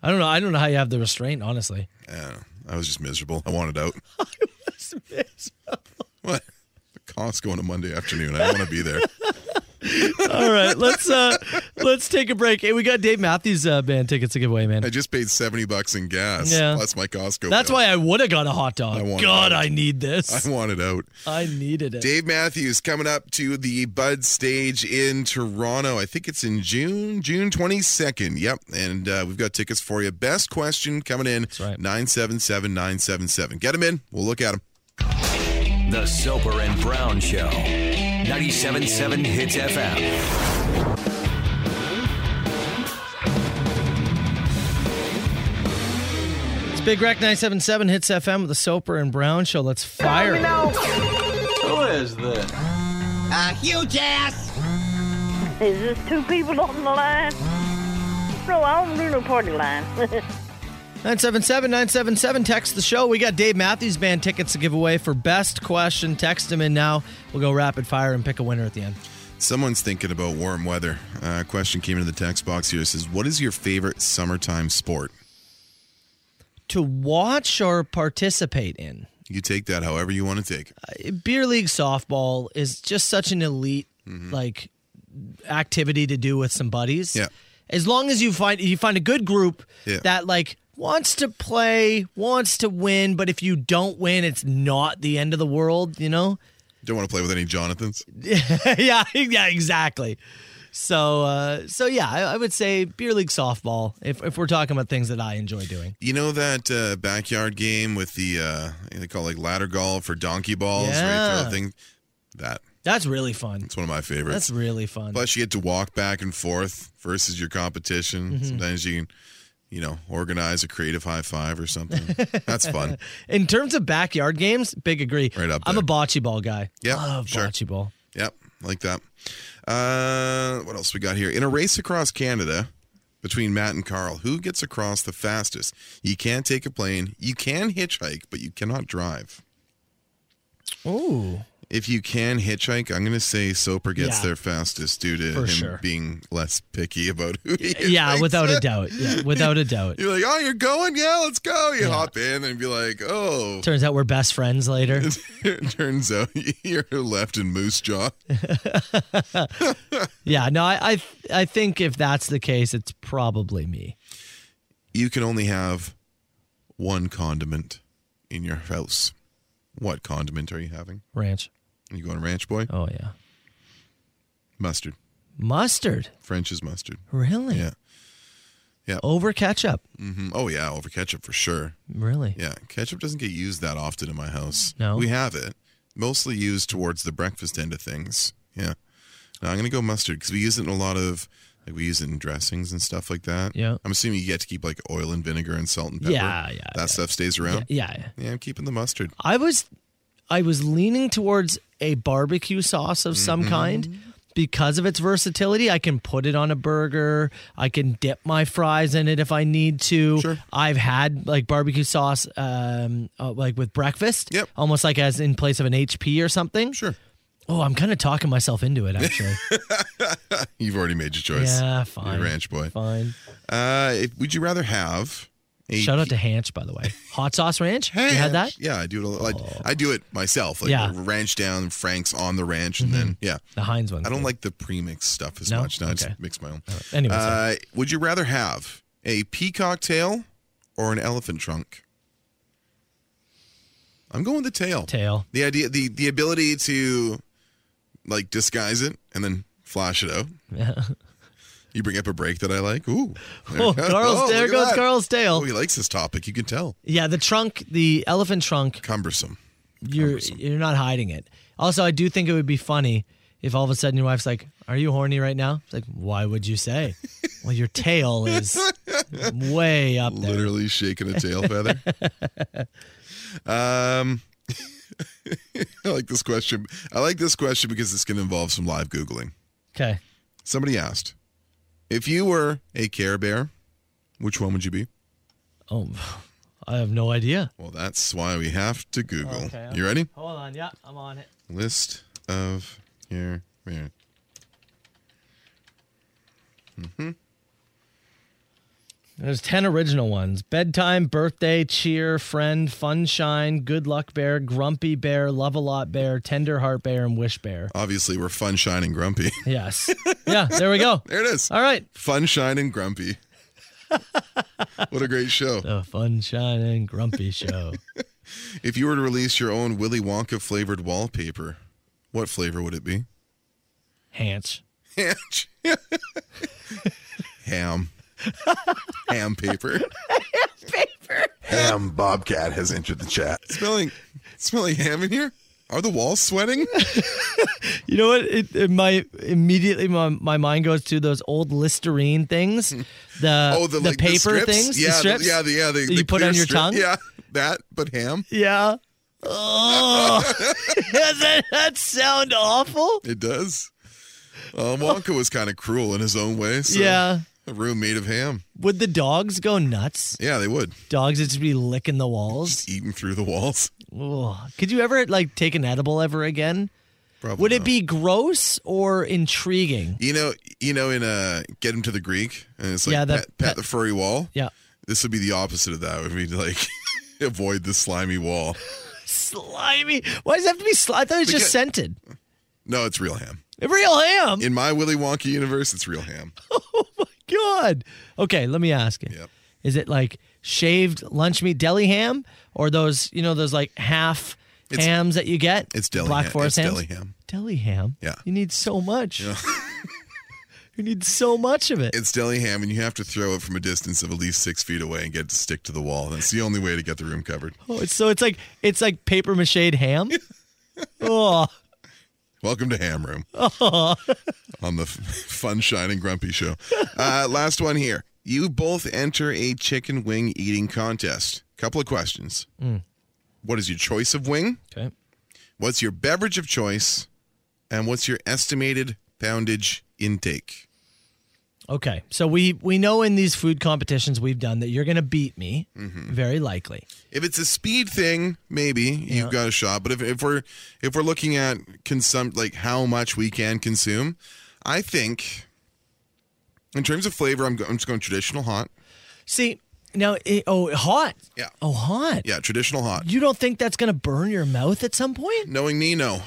I don't know. I don't know how you have the restraint, honestly. Yeah. I was just miserable. I wanted out. What? Costco on a Monday afternoon. I don't want to be there. All right, let's uh let's take a break. Hey, we got Dave Matthews uh, band tickets to give away, man. I just paid 70 bucks in gas. Yeah. That's my Costco. That's bill. why I would have got a hot I dog. want God, that. I need this. I wanted out. I needed it. Dave Matthews coming up to the Bud stage in Toronto. I think it's in June, June 22nd. Yep. And uh, we've got tickets for you. Best question coming in right. 977 977. Get them in. We'll look at them. The Soper and Brown Show. 97.7 Hits FM. It's Big Rec 977 hits FM with the Soper and Brown show. Let's fire. it. Is this two people on the line? No, I don't do no party line. 977 977 text the show. We got Dave Matthews band tickets to give away for best question. Text him in now. We'll go rapid fire and pick a winner at the end. Someone's thinking about warm weather. Uh, question came into the text box here. It says, What is your favorite summertime sport? To watch or participate in. You take that however you want to take it. beer league softball is just such an elite like activity to do with some buddies. Mm-hmm. Yeah. As long as you find you find a good group Yeah. that like wants to play, wants to win, but if you don't win, it's not the end of the world, you know? Don't want to play with any Jonathans. yeah, yeah, exactly. So uh so yeah, I, I would say beer league softball if if we're talking about things that I enjoy doing. You know that uh, backyard game with the, uh, they call it like ladder golf or donkey balls, right? Yeah. Throw thing. That. That's really fun. It's one of my favorites. That's really fun. Plus, you get to walk back and forth versus your competition. Mm-hmm. Sometimes you can, you know, organize a creative high five or something. That's fun. In terms of backyard games, big agree. Right up I'm a there. bocce ball guy. Yeah, love sure. bocce ball. Yep, like that. Uh, what else we got here? In a race across Canada between Matt and Carl, who gets across the fastest? You can't take a plane. You can hitchhike, but you cannot drive. Ooh, If you can hitchhike, I'm going to say Soper gets Yeah. there fastest due to For him sure. being less picky about who he yeah, hitchhikes without a with. doubt. Yeah, without a doubt. You're like, oh, you're going? Yeah, let's go. You hop in and be like, oh. Turns out we're best friends later. It turns out you're left in moose jaw. Yeah, no, I, I, I think if that's the case, it's probably me. You can only have one condiment in your house. What condiment are you having? Ranch. Are you going ranch boy? Oh yeah, Mustard. mustard. French is mustard. Really? Yeah. Yeah. Over ketchup. Mm, Oh yeah, over ketchup for sure. Really? Yeah, ketchup doesn't get used that often in my house. No? We have it. Mostly used towards the breakfast end of things. Yeah. Now I'm going to go mustard because we use it in a lot of like we use it in dressings and stuff like that. Yeah. I'm assuming you get to keep like oil and vinegar and salt and pepper. Yeah, yeah, That stuff stays around. Yeah, Yeah. I'm keeping the mustard. I was I was leaning towards a barbecue sauce of Mm-hmm. some kind because of its versatility. I can put it on a burger. I can dip my fries in it if I need to. Sure. I've had like barbecue sauce um uh, like with breakfast. Yep. Almost like as in place of an HP or something. Sure. Oh, I'm kind of talking myself into it actually. You've already made your choice. yeah, You're a fine. ranch boy. Fine. Uh, if, would you rather have a Shout out to Hanch by the way. Hot sauce ranch? You had that? ranch? Yeah, I do it. a lot. Like, I do it myself. Like Yeah. Mm-hmm. ranch down, Frank's on the ranch, and then yeah. The Heinz one. I don't like the premix stuff as No? much. No, I Okay. just mix my own. Anyway, sorry. Uh, would you rather have a peacock tail or an elephant trunk? I'm going with the tail. tail. The idea, the the ability to like disguise it and then flash it out. You bring up a break that I like. Ooh, there, Oh, it goes. Carl's, Oh, there look at goes that. Carl's tail. Oh, he likes this topic. You can tell. Yeah, the trunk, the elephant trunk, Cumbersome. you're you're not hiding it. Also, I do think it would be funny if all of a sudden your wife's like, "Are you horny right now?" It's like, "Why would you say?" well, your tail is way up there. Literally shaking a tail feather. um, I like this question. I like this question because it's going to involve some live googling. Okay. Somebody asked, if you were a Care Bear, which one would you be? Oh, I have no idea. Well, that's why we have to Google. Okay. You ready? Hold on. Yeah, I'm on it. List of Care Bear. There's 10 original ones bedtime, birthday, cheer, friend, funshine, good luck bear, grumpy bear, love a lot bear, tender heart bear, and wish bear. Obviously, we're fun, shine, and grumpy. Yes. Yeah, there we go. there it is. All right. Fun, shine, and grumpy. what a great show. The Funshine and Grumpy Show. If you were to release your own Willy Wonka flavored wallpaper, what flavor would it be? Hanch. Ham. Ham paper. Ham Bobcat has entered the chat. Smelling smelling ham in here? Are the walls sweating? You know what? It, it- my immediately my, my mind goes to those old Listerine things, the Oh, the, like, paper strips? things, Yeah, the strips. The, yeah, the, yeah. The, that the you put clear on your strip. tongue. Yeah, that, but ham. Yeah. Oh, that, that sound awful. It does. Um, Wonka was kind of cruel in his own way. So Yeah. A room made of ham. Would the dogs go nuts? Yeah, they would Dogs would just be licking the walls. eating through the walls. Ugh. Could you ever like take an edible ever again? Probably. Would it not. be gross or intriguing? You know, you know, in uh, Get Him to the Greek, and it's like Yeah, the pet, pet pet- the furry wall. Yeah. This would be the opposite of that. It would be like avoid the slimy wall. Slimy. Why does it have to be slimy? I thought it was Because- just scented. No, it's real ham. Real ham. In my Willy Wonka universe, it's real ham. God. Okay, let me ask you. Yep. Is it like shaved lunch meat deli ham or those, you know, those like half It's- hams that you get? It's deli Black ham. Forest it's hams? deli ham. Deli ham? Yeah. You need so much. you need so much of it. It's deli ham, and you have to throw it from a distance of at least six feet away and get it to stick to the wall. That's the only way to get the room covered. oh, it's, so it's like it's like paper mache ham. oh, Welcome to Ham Room on the F- Fun Shining Grumpy Show. Uh, last one here. You both enter a chicken wing eating contest. Couple of questions. What is your choice of wing? okay. What's your beverage of choice? And what's your estimated poundage intake? Okay. So we we know in these food competitions we've done that you're going to beat me Mm-hmm. very likely. If it's a speed thing, maybe you've got a shot. But if, if we're if we're looking at consum like how much we can consume, I think in terms of flavor, I'm, go- I'm just going traditional hot. See, now it, oh, hot. Yeah. Oh, hot. Yeah, traditional hot. You don't think that's going to burn your mouth at some point? Knowing me, no.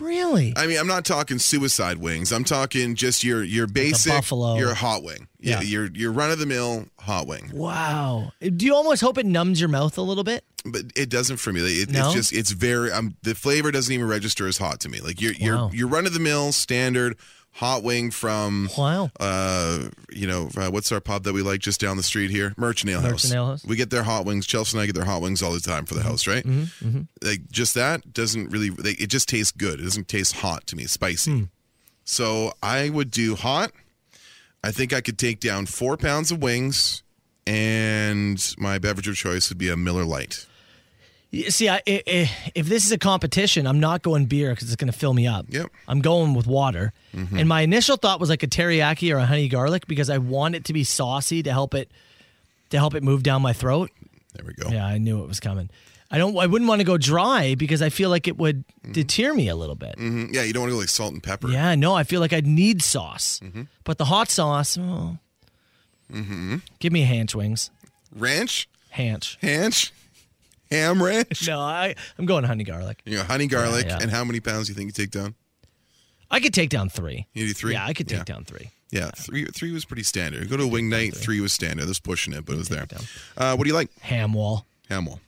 Really? I mean, I'm not talking suicide wings. I'm talking just your your basic, buffalo. your hot wing. Yeah, Yeah. your your run of the mill hot wing. wow. Do you almost hope it numbs your mouth a little bit? But it doesn't for me. Like, It, No? It's just it's very. Um, the flavor doesn't even register as hot to me. Like your your Wow. your run of the mill standard hot wing from. Wow. Uh, you know, uh, what's our pub that we like just down the street here? Mercantile House. Mercantile House. Mm-hmm. We get their hot wings. Chelsea and I get their hot wings all the time for the house, right? Like just that doesn't really. Like, it just Hmm. tastes good. It doesn't taste hot to me, spicy. So I would do hot. I think I could take down four pounds of wings, and my beverage of choice would be a Miller Lite. You See, I, i i if this is a competition, I'm not going beer because it's going to fill me up. Yep. Mm-hmm. I'm going with water. And my initial thought was like a teriyaki or a honey garlic because I want it to be saucy to help it to help it move down my throat. There we go. Yeah, I knew it was coming. I don't. I wouldn't want to go dry because I feel like it would Mm-hmm. deter me a little bit. Mm, yeah, you don't want to go like salt and pepper. Yeah, no, I feel like I'd need sauce, Mm-hmm. but the hot sauce. Oh. Give me hanch wings, Ranch, hanch. hanch, ham ranch. No, I, I'm going honey garlic. You know, honey garlic. Yeah, yeah. And how many pounds do you think you take down? I could take down three. You do three? Yeah, I could take Yeah. down three. Yeah, three three was pretty standard. Go to a wing night, three was standard. That's pushing it, but it was there. down. Uh, what do you like? Ham wall. Hamill.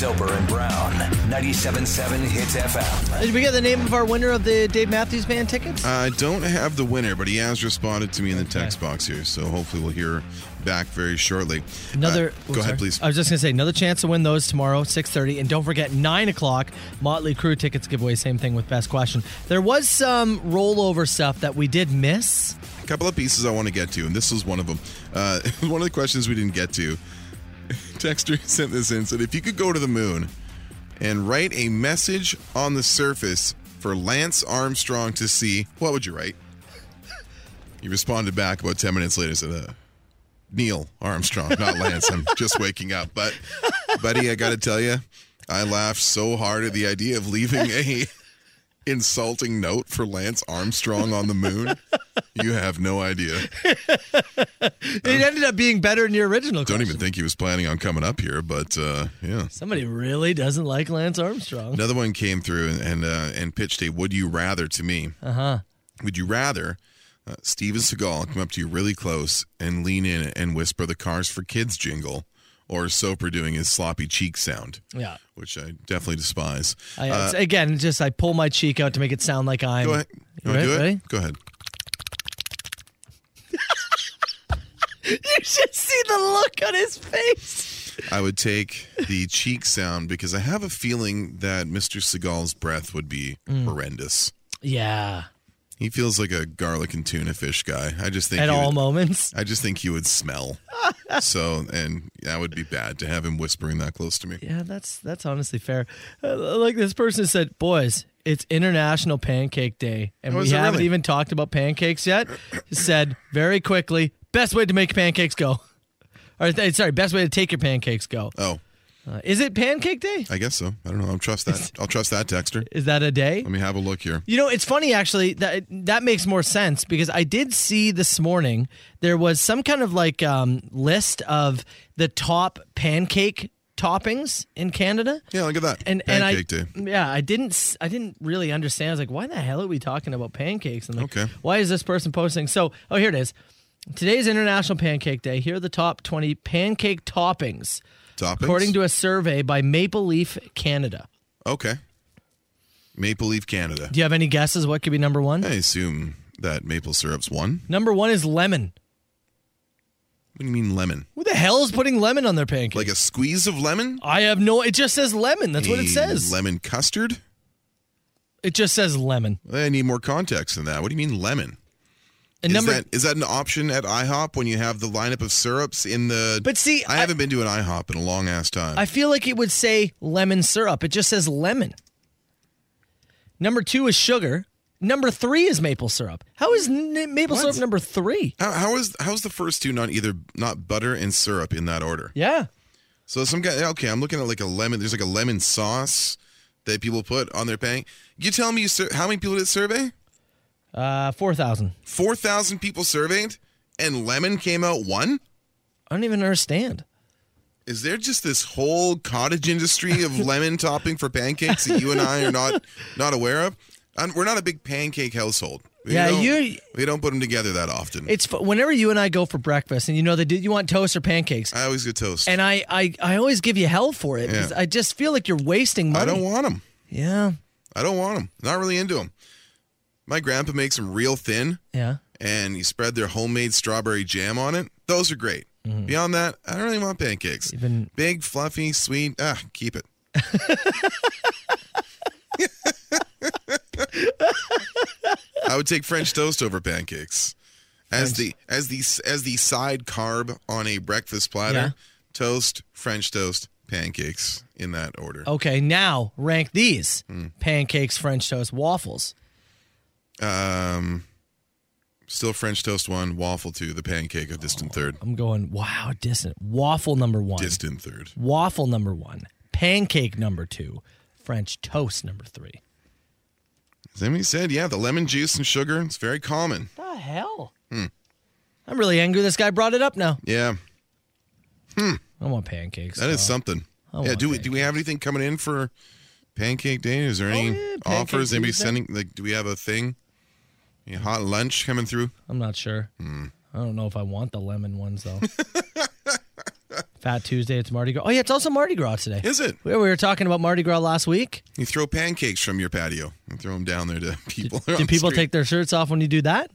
Sober and Brown, 97.7 Hits FM. Did we get the name of our winner of the Dave Matthews Band tickets? I Uh, don't have the winner, but he has responded to me in the text box here, so hopefully we'll hear back very shortly. Another. Uh, oh, go ahead, sorry. please. I was just gonna say another chance to win those tomorrow, six thirty, and don't forget nine o'clock Motley Crew tickets giveaway. Same thing with best question. There was some rollover stuff that we did miss. A couple of pieces I want to get to, and this was one of them. Uh, one of the questions we didn't get to. Texter sent this in. Said if you could go to the moon and write a message on the surface for Lance Armstrong to see, what would you write? He responded back about ten minutes later. Said, uh, Neil Armstrong, not Lance. I'm just waking up, but buddy, I got to tell you, I laughed so hard at the idea of leaving a insulting note for Lance Armstrong on the moon. You have no idea. It ended up being better than your original. Don't question. even think he was planning on coming up here, but uh, yeah. Somebody really doesn't like Lance Armstrong. Another one came through and and, uh, and pitched a "Would you rather" to me. Uh huh. Uh-huh. Would you rather uh, Steven Seagal come up to you really close and lean in and whisper the "Cars for Kids" jingle, or Soper doing his sloppy cheek sound, Yeah. which I definitely despise. I, uh, it's- again, just I pull my cheek out to make it sound like Uh, I'm. Go ahead. You You wanna ready? do it? Ready? Go ahead. You should see the look on his face. I would take the cheek sound because I have a feeling that Mr. Seagal's breath would be Mm. horrendous. Yeah. He feels like a garlic and tuna fish guy. I just think At he would- all moments. I just think he would smell. so, and that would be bad to have him whispering that close to me. Yeah, that's that's honestly fair. Uh, like this person said, boys, it's International Pancake Day, and Oh, we is it haven't really? even talked about pancakes yet. said very quickly, best way to make pancakes go. Or th- sorry, best way to take your pancakes go. Oh, Uh, is it Pancake Day? I guess so. I don't know. I'll trust that. I'll trust that texter. Is that a day? Let me have a look here. You know, it's funny actually that that makes more sense because I did see this morning there was some kind of like um, list of the top pancake toppings in Canada. Yeah, look at that. And Pancake and day. I yeah, I didn't s- I didn't really understand. I was like, why the hell are we talking about pancakes? And like, Okay. why is this person posting? So, oh, here it is. Today's International Pancake Day. Here are the top 20 pancake toppings Toppings? according to a survey by Maple Leaf Canada. okay. Maple Leaf Canada. Do you have any guesses what could be number 1? I assume that maple syrup's one. Number 1 is lemon. What do you mean lemon? Who the hell is putting lemon on their pancake? Like a squeeze of lemon? I have no. It just says lemon. That's what A it says. Lemon custard? It just says lemon. I need more context than that. What do you mean lemon? And Is number. that is that an option at IHOP when you have the lineup of syrups in the? But see, I, I- haven't been to an IHOP in a long ass time. I feel like it would say lemon syrup. It just says lemon. Number two is sugar. Number three is maple syrup. How is n- maple What? syrup number three? How, how is how's the first two not either not butter and syrup in that order? Yeah. So some guy okay, I'm looking at like a lemon. There's like a lemon sauce that people put on their pang. You tell me you sur- how many people did it survey? Uh, 4,000. Four thousand people surveyed, and lemon came out one. I don't even understand. Is there just this whole cottage industry of lemon topping for pancakes that you and I are not not aware of? I'm, we're not a big pancake household. We Yeah, don't- you- We don't put them together that often. It's fu- whenever you and I go for breakfast and you know that you want toast or pancakes. I always get toast. And I, I, I always give you hell for it because Uh, Yeah. I just feel like you're wasting money. I don't want them. yeah. I don't want them. Not really into them. My grandpa makes them real thin, Yeah. and you spread their homemade strawberry jam on it. Those are great. Beyond that, I don't really want pancakes. Mm-hmm. Even- Big, fluffy, sweet. Ah, keep it. I would take French toast over pancakes. as the as the as the side carb on a breakfast platter. Yeah. Toast, French toast, pancakes in that order. Okay, now rank these Hmm. pancakes, French toast, waffles. Um, still French toast one, waffle two, the pancake a distant third. I'm going, wow, distant. Waffle number one, Distant third. waffle number one, pancake number two, French toast number three. Zimmy said, yeah, the lemon juice and sugar, it's very common. The hell? Hmm. I'm really angry this guy brought it up now. Yeah, I want pancakes. that is so- something. I yeah, want do we do we have anything coming in for Pancake Day? Is there any Oh, yeah, Pancake offers? Anybody Tuesday. sending like do we have a thing? Any hot lunch coming through? I'm not sure. Hmm. I don't know if I want the lemon ones though. Fat Tuesday, it's Mardi Gras. Oh yeah, it's also Mardi Gras today. Is it? We we were talking about Mardi Gras last week. You throw pancakes from your patio and throw them down there to people. on Do the people street. take their shirts off when you do that?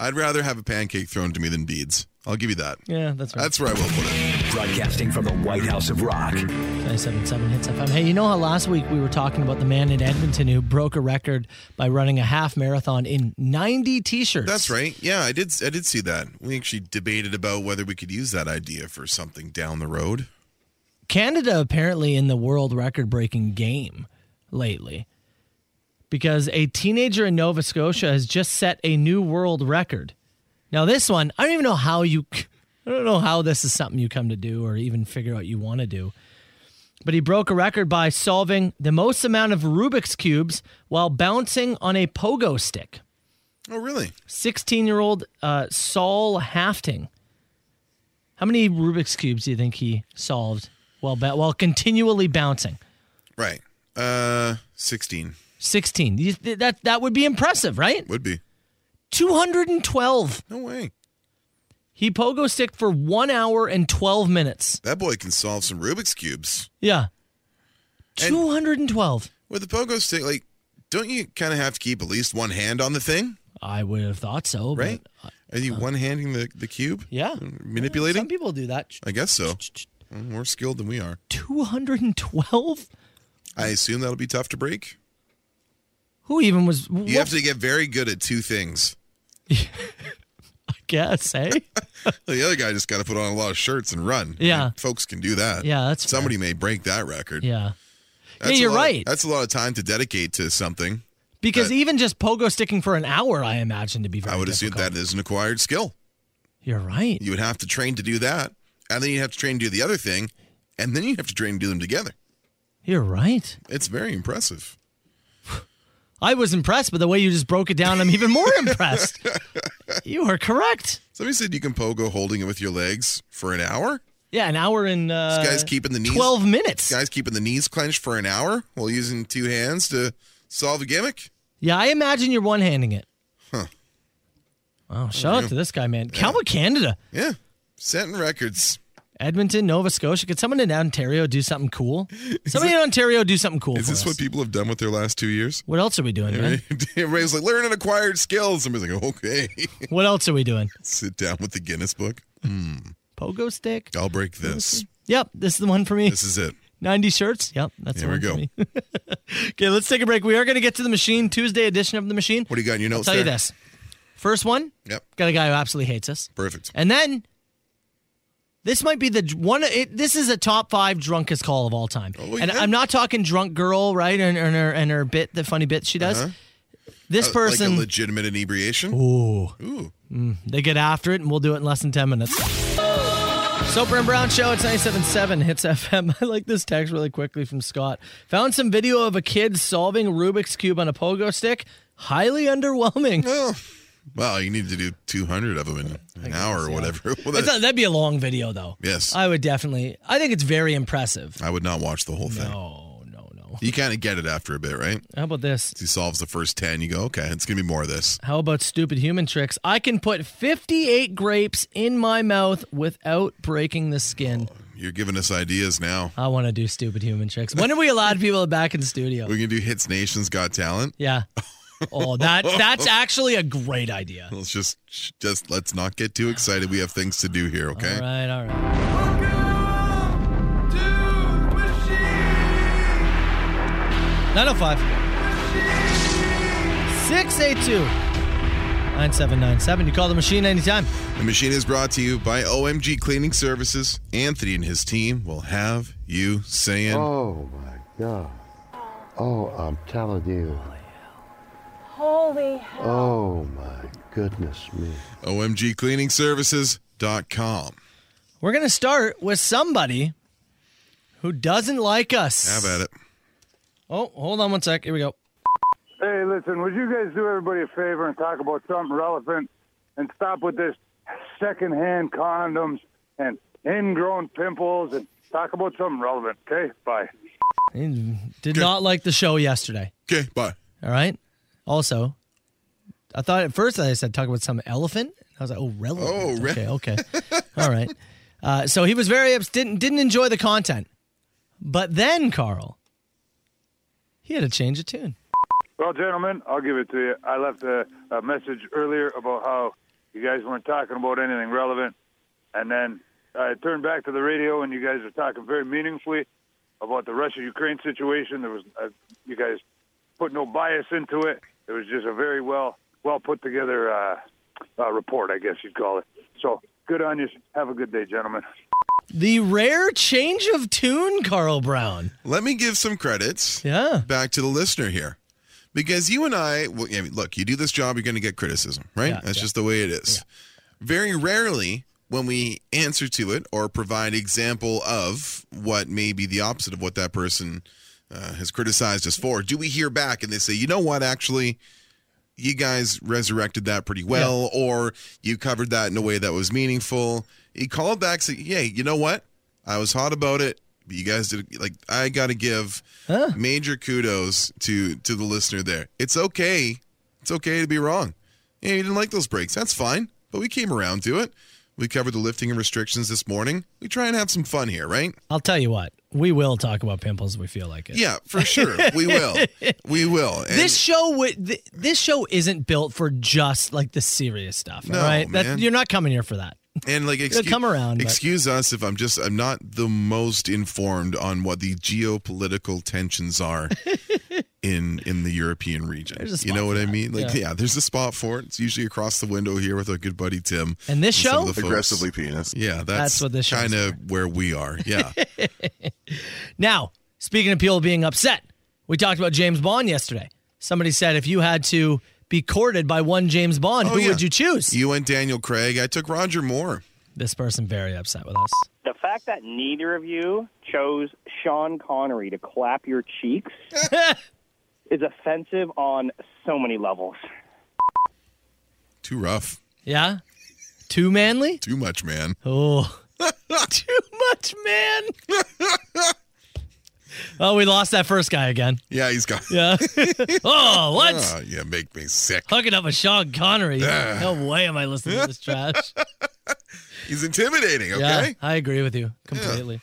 I'd rather have a pancake thrown to me than beads. I'll give you that. Yeah, that's right. That's where I will put it. Broadcasting from the White House of Rock. 977 Hits FM. Hey, you know how last week we were talking about the man in Edmonton who broke a record by running a half marathon in 90 t-shirts? That's right. Yeah, I did. I did see that. We actually debated about whether we could use that idea for something down the road. Canada apparently in the world record breaking game lately because a teenager in Nova Scotia has just set a new world record. Now, this one, I don't even know how you, I don't know how this is something you come to do or even figure out you want to do. But he broke a record by solving the most amount of Rubik's Cubes while bouncing on a pogo stick. Oh, really? 16 year old uh, Saul Hafting. How many Rubik's Cubes do you think he solved while, ba- while continually bouncing? Right. Uh, sixteen 16. You- th- That, that would be impressive, right? would be. 212. No way. He pogo sticked for one hour and 12 minutes. That boy can solve some Rubik's cubes Yeah. And- 212. with the pogo stick. Like, don't you kind of have to keep at least one hand on the thing, I would have thought so, but- right? Mm, Are you one handing the the cube? Uh-huh. yeah. Manipulating? Some people do that. I guess so. More skilled than we are. 212? I assume that'll be tough to break. Who even was. What, You have to get very good at two things. I guess, eh? The other guy just got to put on a lot of shirts and run. I Yeah. mean, folks can do that. Yeah, that's fair. somebody may break that record. yeah. That's yeah, a you're lot of- right. that's a lot of time to dedicate to something. Because But- even just pogo sticking for an hour, I imagine to be very. I would assume difficult. that is an acquired skill. You're right. You would have to train to do that, and then you have to train to do the other thing, and then you have to train to do them together. You're right. It's very impressive. I was impressed, but the way you just broke it down, I'm even more impressed. You are correct. Somebody said you can pogo holding it with your legs for an hour. Yeah, an hour and uh, This guy's keeping the knees. twelve minutes. this Guys keeping the knees clenched for an hour while using two hands to solve a gimmick. Yeah, I imagine you're one handing it. Huh. Wow! Shout out to this guy, man. Cowboy Canada, Yeah, setting records. Edmonton, Nova Scotia. Could someone in Ontario do something cool? Somebody in Ontario do something cool. Is for this us. what people have done with their last two years? What else are we doing, man? Everybody's like, learn an acquired skill. Somebody's like, okay, What else are we doing? sit down with the Guinness book. Pogo stick. I'll break this. Yep, this is the one for me. This is it. 90 shirts. Yep, that's There we the one go. for me. okay, let's take a break. We are going to get to the machine Tuesday edition of the machine. What do you got in your I'll notes? tell you there? this. First one, Yep. got a guy who absolutely hates us, Perfect. and then this might be the dr- one. It, this is a top five drunkest call of all time, Oh, and yeah. I'm not talking drunk girl, right? And, and her and her bit, the funny bit she does. This Uh-huh. Uh, Like person, a legitimate inebriation. Ooh. they get after it, and we'll do it in less than ten minutes. Soper and Brown Show, it's 97.7 Hits FM. I like this text really quickly from Scott. Found some video of a kid solving Rubik's Cube on a pogo stick. Highly underwhelming. Oh, Well, you need to do 200 of them in an hour or whatever. Well, It's that- not- that'd be a long video, though. Yes. I would definitely. I think it's very impressive. I would not watch the whole thing. Oh, no, no. You kind of get it after a bit, right? How about this? He solves the first 10. You go, okay, it's going to be more of this. How about stupid human tricks? I can put 58 grapes in my mouth without breaking the skin. You're giving us ideas now. I want to do stupid human tricks. When are we allowed people back in studio? We can do Hits Nation's Got Talent. Yeah. Oh, that that's actually a great idea. Let's just, just let's not get too excited. We have things to do here, okay? All right, all right. Welcome to Machine. 905 682 9797. You call the machine anytime. The machine is brought to you by OMG Cleaning Services. Anthony and his team will have you saying, Oh my God. Oh, I'm telling you. Holy Oh my goodness me. OMGCleaningServices.com. We're going to start with somebody who doesn't like us. Have at it. Oh, hold on one sec. Here we go. Hey, listen, would you guys do everybody a favor and talk about something relevant and stop with this secondhand condoms and ingrown pimples and talk about something relevant, okay? Bye. He did not like the show yesterday. Okay, bye. All right. Also, I thought at first I said talk about some elephant. I was like, oh, relevant. Oh, re- okay, okay. All right. Uh, so he was very ups- didn't didn't enjoy the content, but then Carl, he had to change of tune. Well, gentlemen, I'll give it to you. I left a, a message earlier about how you guys weren't talking about anything relevant, and then I turned back to the radio, and you guys were talking very meaningfully about the Russia-Ukraine situation. There was uh, you guys put no bias into it. It was just a very well well put together uh, uh, report, I guess you'd call it. So good on you. Have a good day, gentlemen. The rare change of tune, Carl Brown. Let me give some credits Yeah. back to the listener here. Because you and I, well, I mean, look, you do this job, you're going to get criticism, right? Yeah, That's yeah. just the way it is. Very rarely, when we answer to it or provide example of what may be the opposite of what that person uh, has criticized us for, do we hear back and they say, you know what, actually, you guys resurrected that pretty well, or you covered that in a way that was meaningful. He called back, say, "Hey, you know what? I was hot about it, but you guys did like I got to give major kudos to to the listener there. It's okay, it's okay to be wrong. Yeah, you didn't like those breaks. That's fine, but we came around to it. We covered the lifting and restrictions this morning. We try and have some fun here, right? I'll tell you what. We will talk about pimples if we feel like it. Yeah, for sure. we will. We will. And- this show would th- this show isn't built for just like the serious stuff No, all right man. you're not coming here for that And like, It'll excu- come around, but- Excuse us if I'm just I'm not the most informed on what the geopolitical tensions are in in the European region. There's a you spot know what I mean? Like, Yeah. yeah. there's a spot for it. It's usually across the window here with our good buddy Tim. And this some of show? the folks. Aggressively penis. Yeah, that's, That's what this show's kind of where we are. Yeah, now speaking of people being upset we talked about james bond yesterday somebody said if you had to be courted by one james bond Oh, who yeah. would you choose you and Daniel Craig. I took Roger Moore. this person very upset with us The fact that neither of you chose Sean Connery to clap your cheeks is offensive on so many levels. Too rough. yeah too manly Too much, man. oh too much man oh we lost that first guy again Yeah, he's got. yeah oh what Oh, you make me sick. hooking up with Sean Connery. no way am I listening to this trash. He's intimidating. Okay. Yeah, I agree with you completely.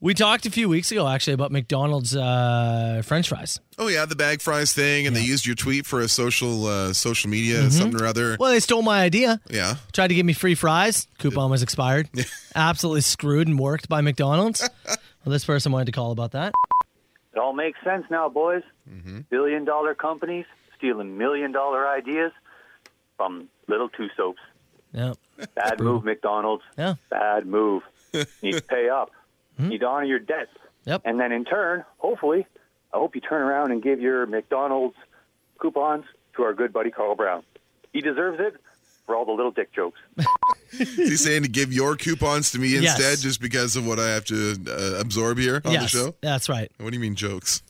We talked a few weeks ago actually about McDonald's uh, French fries. Oh yeah, the bag fries thing, and they used your tweet for a social uh, social media Mm-hmm. something or other. Well, they stole my idea. Yeah, Tried to give me free fries. Coupon was expired. Absolutely screwed and worked by McDonald's. Well, this person wanted to call about that. It all makes sense now, boys. Billion dollar companies stealing million dollar ideas from little two soaps. Yeah. Bad move, McDonald's. Yeah. Bad move. You need to pay up. You need to honor your debts. Yep. And then in turn, hopefully, I hope you turn around and give your McDonald's coupons to our good buddy Carl Brown. He deserves it for all the little dick jokes. is he saying to give your coupons to me Yes. instead, just because of what I have to uh, absorb here on the yes. show? That's right. What do you mean jokes?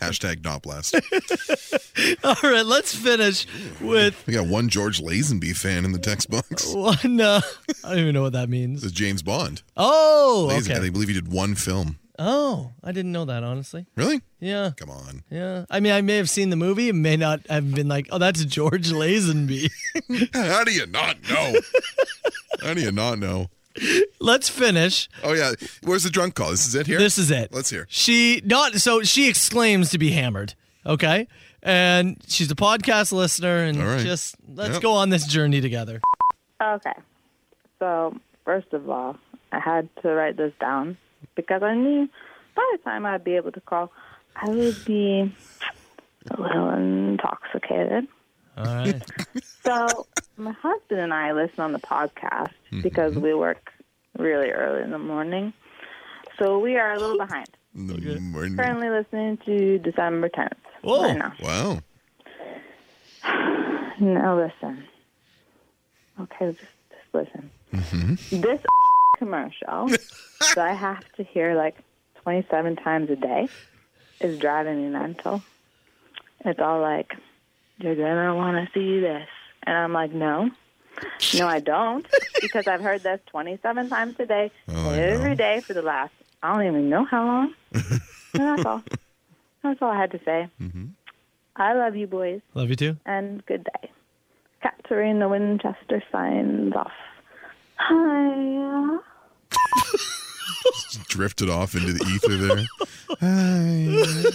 Hashtag not blast. All right, let's finish with We got one George Lazenby fan in the text box. one. Uh, I don't even know what that means. This is James Bond. Oh, Lazenby, I okay. believe he did one film. Oh, I didn't know that, honestly. Really? Yeah. Come on. Yeah. I mean, I may have seen the movie, and may not have been like, oh, that's George Lazenby. How do you not know? How do you not know? Let's finish. Oh yeah, where's the drunk call? This is it here. This is it. Let's hear. She not so she exclaims to be hammered. Okay. And she's a podcast listener and All right. just let's Yep. go on this journey together. Okay. So, first of all, I had to write this down because I knew by the time I'd be able to call, I would be a little intoxicated. All right. So my husband and I listen on the podcast because we work really early in the morning. So we are a little behind. Currently listening to December 10th. right now. wow. Now listen. Okay, just, just listen. This commercial that I have to hear like 27 times a day is driving me mental. It's all like, you're going to want to see this. And I'm like, no. No, I don't. because I've heard this 27 times a day, every day for the last, I don't even know how long. And that's all. That's all I had to say. I love you, boys Love you too. and good day. Katerina Winchester signs off. Hi. Just drifted off into the ether there. Hi.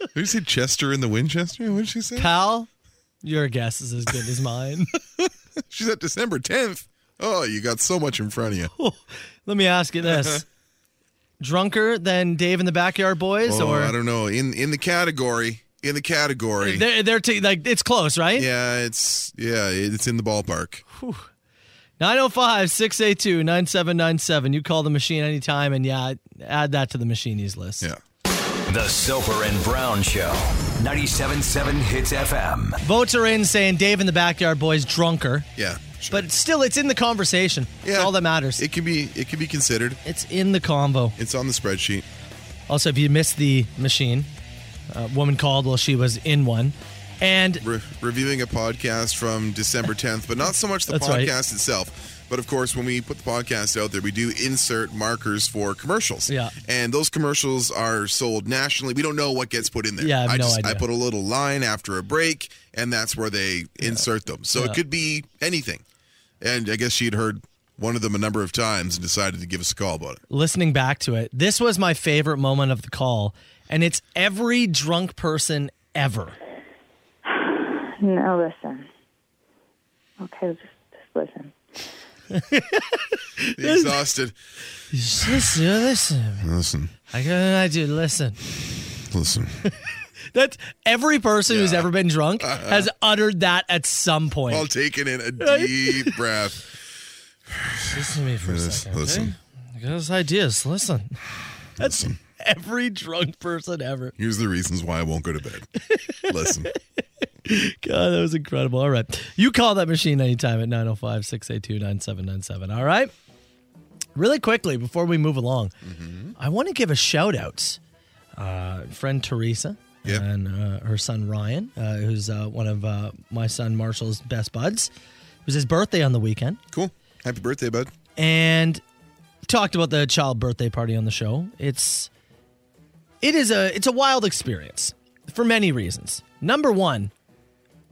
Did you say Chester in the Winchester? What did she say? Cal, your guess is as good as mine. She's at December 10th. Oh, you got so much in front of you. Let me ask you this: drunker than Dave and the Backyard Boys, Oh, or I don't know. In in the category, in the category. they're, they're t- like it's close, right? Yeah, it's yeah, it's in the ballpark. 905 682 9797. You call the machine anytime, and yeah, add that to the machinies list. Yeah. The Soper and Brown Show. 97.7 Hits FM. Votes are in saying Dave and the Backyard Boys drunker. Yeah. But still, it's in the conversation. It's all that matters. It can be it can be considered. It's in the combo. It's on the spreadsheet. Also, if you missed the machine, a woman called while she was in one. And Re- reviewing a podcast from December 10th, but not so much the That's podcast right. itself. But of course, when we put the podcast out there, we do insert markers for commercials. Yeah. And those commercials are sold nationally. We don't know what gets put in there. Yeah, I have no just I idea. put a little line after a break, and that's where they insert them. So Yeah. it could be anything. And I guess she'd heard one of them a number of times and decided to give us a call about it. listening back to it, this was my favorite moment of the call, and it's every drunk person ever. Now listen. Okay, just, just listen. Exhausted. Just listen, listen. Listen, I got an idea. Listen. listen. That's every person who's ever been drunk Uh-huh. has uttered that at some point. While taking in a deep breath. Listen to me for a Yes, second. listen. Okay? I got this ideas. Listen. That's every drunk person ever. Here's the reasons why I won't go to bed. Listen. God, that was incredible. All right. You call that machine anytime at 905 682 9797. All right. Really quickly, before we move along, I want to give a shout out. Uh, friend Teresa Yeah. and uh, her son Ryan, uh, who's uh, one of uh, my son Marshall's best buds. It was his birthday on the weekend. Cool. Happy birthday, bud. and talked about the child birthday party on the show. It's it is a it's a wild experience for many reasons. Number one,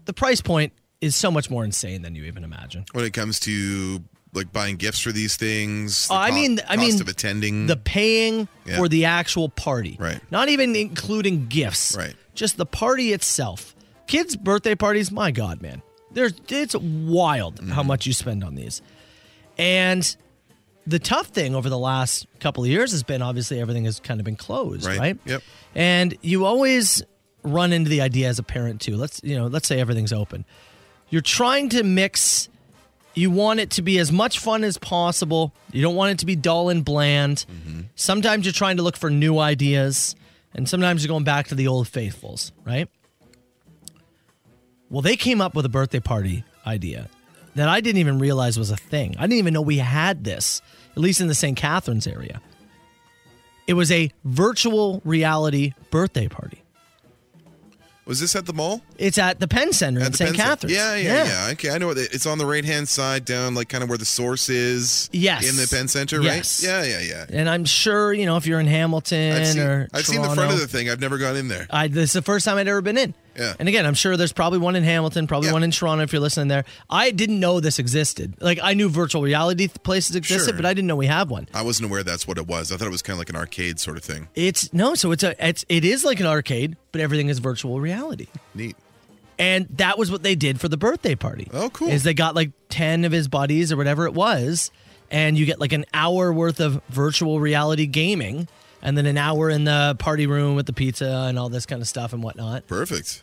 the price point is so much more insane than you even imagine. When it comes to like buying gifts for these things, the Oh, I co- mean- cost I mean of attending. The paying Mm. Yeah. for the actual party, Right. Not even including gifts, Right. Just the party itself. Kids' birthday parties, my god, man, there's it's wild Mm-hmm. how much you spend on these. And the tough thing over the last couple of years has been obviously everything has kind of been closed, Right. right? Yep. And you always run into the idea as a parent too. Let's you know, let's say everything's open. You're trying to mix you want it to be as much fun as possible. You don't want it to be dull and bland. Mm-hmm. Sometimes you're trying to look for new ideas, and sometimes you're going back to the old faithfuls, right? Well, they came up with a birthday party idea that I didn't even realize was a thing. I didn't even know we had this, at least in the St. Catharines area. It was a virtual reality birthday party. Was this at the mall? It's at the Penn Center in the St. Penn Center? Catharines. Yeah, yeah, yeah, Okay, I know what it- it's on the right hand side, down like kind of where the source is. Yes. In the Penn Center, Yes. right? Yeah, yeah, yeah. And I'm sure, you know, if you're in Hamilton I've, seen, or I've seen the front Toronto- Uh, of the thing. I've never gone in there. I this is the first time I'd ever been in. Yeah. And again, I'm sure there's probably one in Hamilton, probably one in Toronto if you're listening there. I didn't know this existed. Like I knew virtual reality th- places existed, Sure. but I didn't know we have one. I wasn't aware that's what it was. I thought it was kind of like an arcade sort of thing. It's no, so it's a it's it is like an arcade, but everything is virtual reality. Neat. And that was what they did for the birthday party. Oh, cool. Is they got like 10 of his buddies or whatever it was and you get like an hour worth of virtual reality gaming and then an hour in the party room with the pizza and all this kind of stuff and whatnot. Perfect.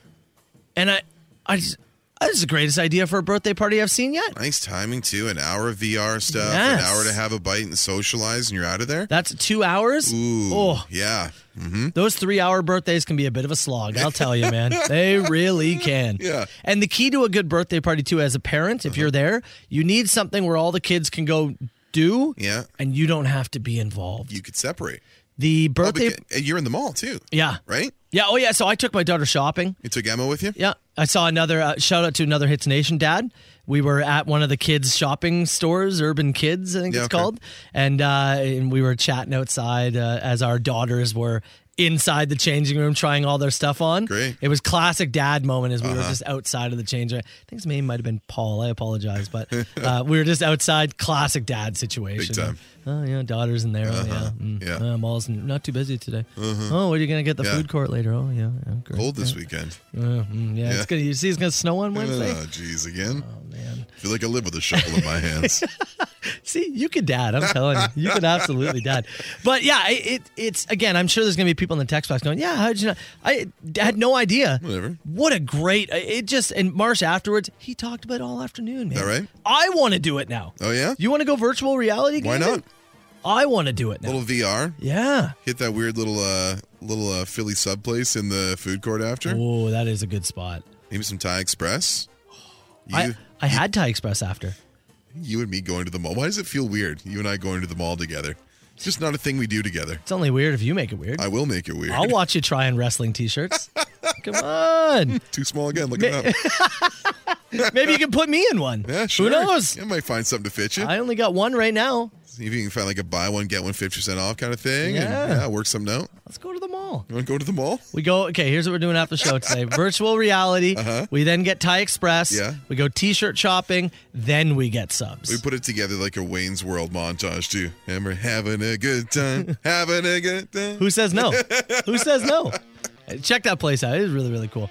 And I, I just, this is the greatest idea for a birthday party I've seen yet. Nice timing too. An hour of VR stuff, Yes. an hour to have a bite and socialize, and you're out of there. That's two hours. Ooh, Oh. yeah. Mm-hmm. Those three hour birthdays can be a bit of a slog, I'll tell you, man. they really can. Yeah. Uh-huh. And the key to a good birthday party, too, as a parent, if you're there, you need something where all the kids can go do. Yeah. And you don't have to be involved. You could separate. Oh, The birthday. And You're in the mall too. yeah. Right? Yeah. Oh, yeah. So I took my daughter shopping. You took Emma with you? Yeah. I saw another uh, shout out to another Hits Nation dad. We were at one of the kids' shopping stores, Urban Kids, I think Yeah, it's okay. called. And, uh, and we were chatting outside uh, as our daughters were inside the changing room trying all their stuff on. Great. It was classic dad moment as we were Uh-huh. just outside of the changing room. I think his name might have been Paul. I apologize. But uh, we were just outside, classic dad situation. time. Uh-huh. Oh, yeah, daughter's in there. Oh, yeah. Mm. Yeah. Uh, mall's not too busy today. Mhm. Oh, what are you going to get the Yeah. food court later? Oh, yeah. yeah great. Cold this Yeah. weekend. Uh, mm, yeah, Yeah. it's gonna. You see, it's gonna snow on Wednesday. Oh, geez, again. Oh man. I feel like I live with a shovel in my hands. see, you could dad. I'm telling you, you could absolutely dad. But yeah, it, it it's again. I'm sure there's gonna be people in the text box going, "Yeah, how did you know? I had no idea." Whatever. What a great. uh, It just and Marsh afterwards, he talked about it all afternoon, man. All right. I want to do it now. Oh yeah? You want to go virtual reality? Why gaming? not? I want to do it now. Little VR. Yeah. Hit that weird little uh little uh, Philly sub place in the food court after. Oh, that is a good spot. Maybe some Thai Express. You I I had Thai Express after. you and me going to the mall. Why does it feel weird? You and I going to the mall together. It's just not a thing we do together. It's only weird if you make it weird. I will make it weird. I'll watch you try on wrestling t-shirts. Come on. Too small again. Look it up. Maybe you can put me in one. Yeah, sure. Who knows? You might find something to fit you. I only got one right now. See if you can find like a buy one get one 50% off kind of thing. Yeah. And, yeah, work something out. Let's go to the mall. You want to go to the mall? We go, okay, here's what we're doing after the show today. Virtual reality. We then get Thai Express. Uh-huh. Yeah. We go t-shirt shopping. Then we get subs. We put it together like a Wayne's World montage too. And we're having a good time, having a good time. Who says no? Who says no? Check that place out. It is really, really cool.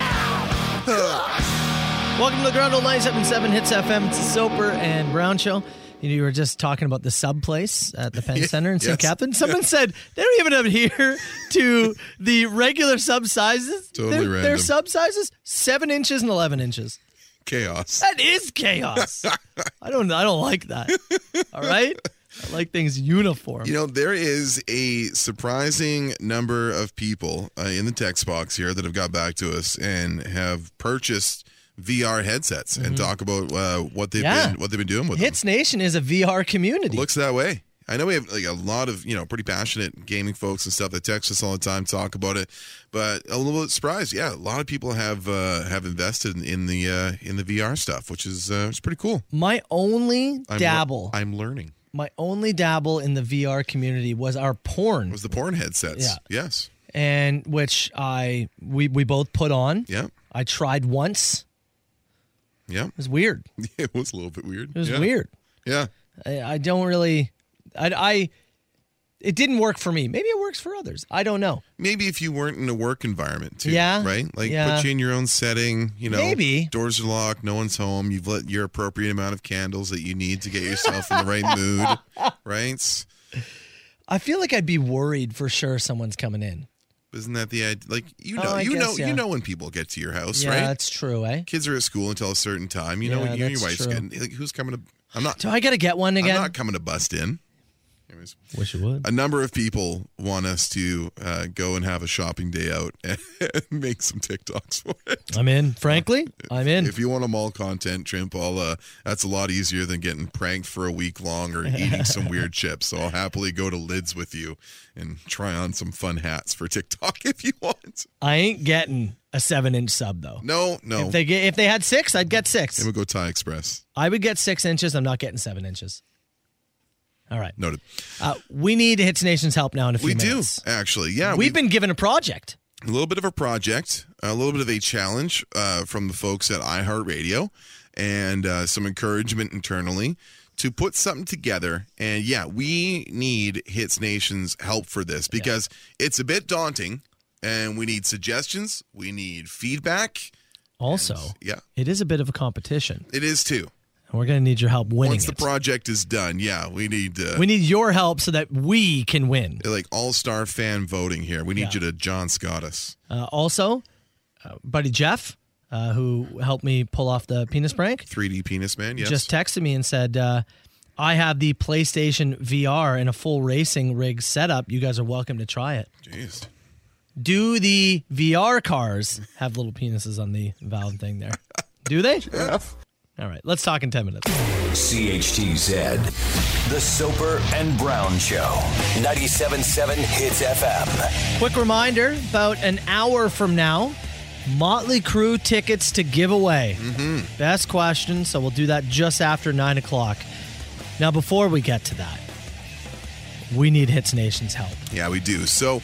Welcome to the Grundle 977 Hits FM. It's the Soper and Brown Show. You, know, you were just talking about the sub place at the Penn Center in St. yes. Catharines. Someone said they don't even adhere to the regular sub sizes. Totally their, Their random. sub sizes, seven inches and 11 inches. Chaos. That is chaos. I don't I don't like that. All right? I like things uniform. You know, there is a surprising number of people uh, in the text box here that have got back to us and have purchased VR headsets and talk about uh, what they've Yeah. been what they've been doing with Hits Nation is a VR community. Looks that way. I know we have like a lot of you know pretty passionate gaming folks and stuff that text us all the time, talk about it. But a little bit surprised, yeah. A lot of people have uh, have invested in, in the uh, in the VR stuff, which is uh, it's pretty cool. My only I'm le- dabble, I'm learning. my only dabble in the VR community was our porn, Was the porn headsets? Yeah. Yes. and which I we we both put on. Yep. I tried once. Yep. It was weird. It was a little bit weird. It was Yeah. weird. Yeah. I, I don't really. I, I it didn't work for me. Maybe it works for others. I don't know. Maybe if you weren't in a work environment too. Yeah. Right? Like Yeah. put you in your own setting, you know. Maybe. Doors are locked, no one's home, you've lit your appropriate amount of candles that you need to get yourself in the right mood. Right? I feel like I'd be worried for sure someone's coming in. Isn't that the idea? Like you know, Oh, I you know, guess, yeah. you know when people get to your house, yeah, right? that's true, eh? Kids are at school until a certain time. You know, Yeah, you and that's your wife's true. getting like, who's coming to? I'm not. Do I gotta get one again? I'm not coming to bust in. Anyways, Wish it would. a number of people want us to uh, go and have a shopping day out and make some TikToks for it. I'm in. Frankly, I'm in. If you want a mall content, Trimp, I'll, uh, that's a lot easier than getting pranked for a week long or eating some weird chips. So I'll happily go to Lids with you and try on some fun hats for TikTok if you want. I ain't getting a seven inch sub though. No, no. If they get, if they had six, I'd get six. Then we'll go Thai Express. I would get six inches. I'm not getting seven inches. All right. Noted. Uh, we need Hits Nation's help now in a few We do, minutes. actually. Yeah. We've been given a project. a little bit of a project, a little bit of a challenge uh, from the folks at iHeartRadio, and uh, some encouragement internally to put something together. And yeah, we need Hits Nation's help for this because it's a bit daunting, and we need suggestions, we need feedback. Also, Yeah, it is a bit of a competition. it is too. And we're going to need your help winning Once the it. project is done, yeah, we need uh, we need your help so that we can win. like all star fan voting here. We need Yeah. you to John Scott us. Uh, also, uh, buddy Jeff, uh, who helped me pull off the penis prank, 3D penis man. Yes. just texted me and said, uh, I have the PlayStation VR and a full racing rig setup. You guys are welcome to try it. Jeez. Do the VR cars have little penises on the valve thing there? Do they? All right, let's talk in 10 minutes. CHTZ, The Soper and Brown Show, 97.7 Hits FM. Quick reminder about an hour from now, Motley Crue tickets to give away. Mm-hmm. Best question. So we'll do that just after nine o'clock. Now, before we get to that, we need Hits Nation's help. Yeah, we do. So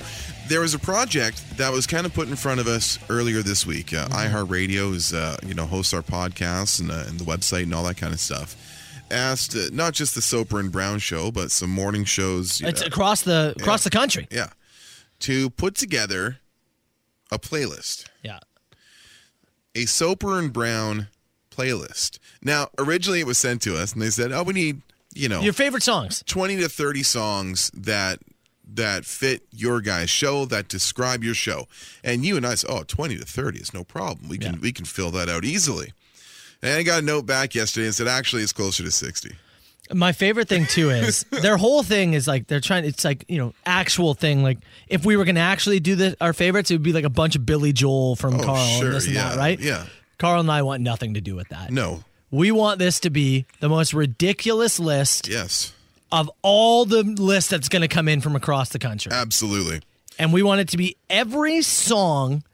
there was a project that was kind of put in front of us earlier this week. Uh, Mm-hmm. iHeartRadio is, uh, you know, hosts our podcasts and, uh, and the website and all that kind of stuff. Asked uh, not just the Soper and Brown show, but some morning shows. you It's know, across the across the country. Yeah. To put together a playlist. Yeah. A Soper and Brown playlist. Now, originally it was sent to us and they said, oh, we need, you know, Your favorite songs. 20 to 30 songs that that fit your guys' show that describe your show and you and i said oh 20 to 30 is no problem we can we can fill that out easily and i got a note back yesterday and said actually it's closer to 60 My favorite thing too is their whole thing is like they're trying. It's like you know actual thing. Like if we were gonna actually do this, our favorites, it would be like a bunch of Billy Joel from Oh, Carl sure, and this and yeah, that, right? yeah. Carl and I want nothing to do with that. no We want this to be the most ridiculous list yes of all the lists that's going to come in from across the country. Uh, absolutely And we want it to be every song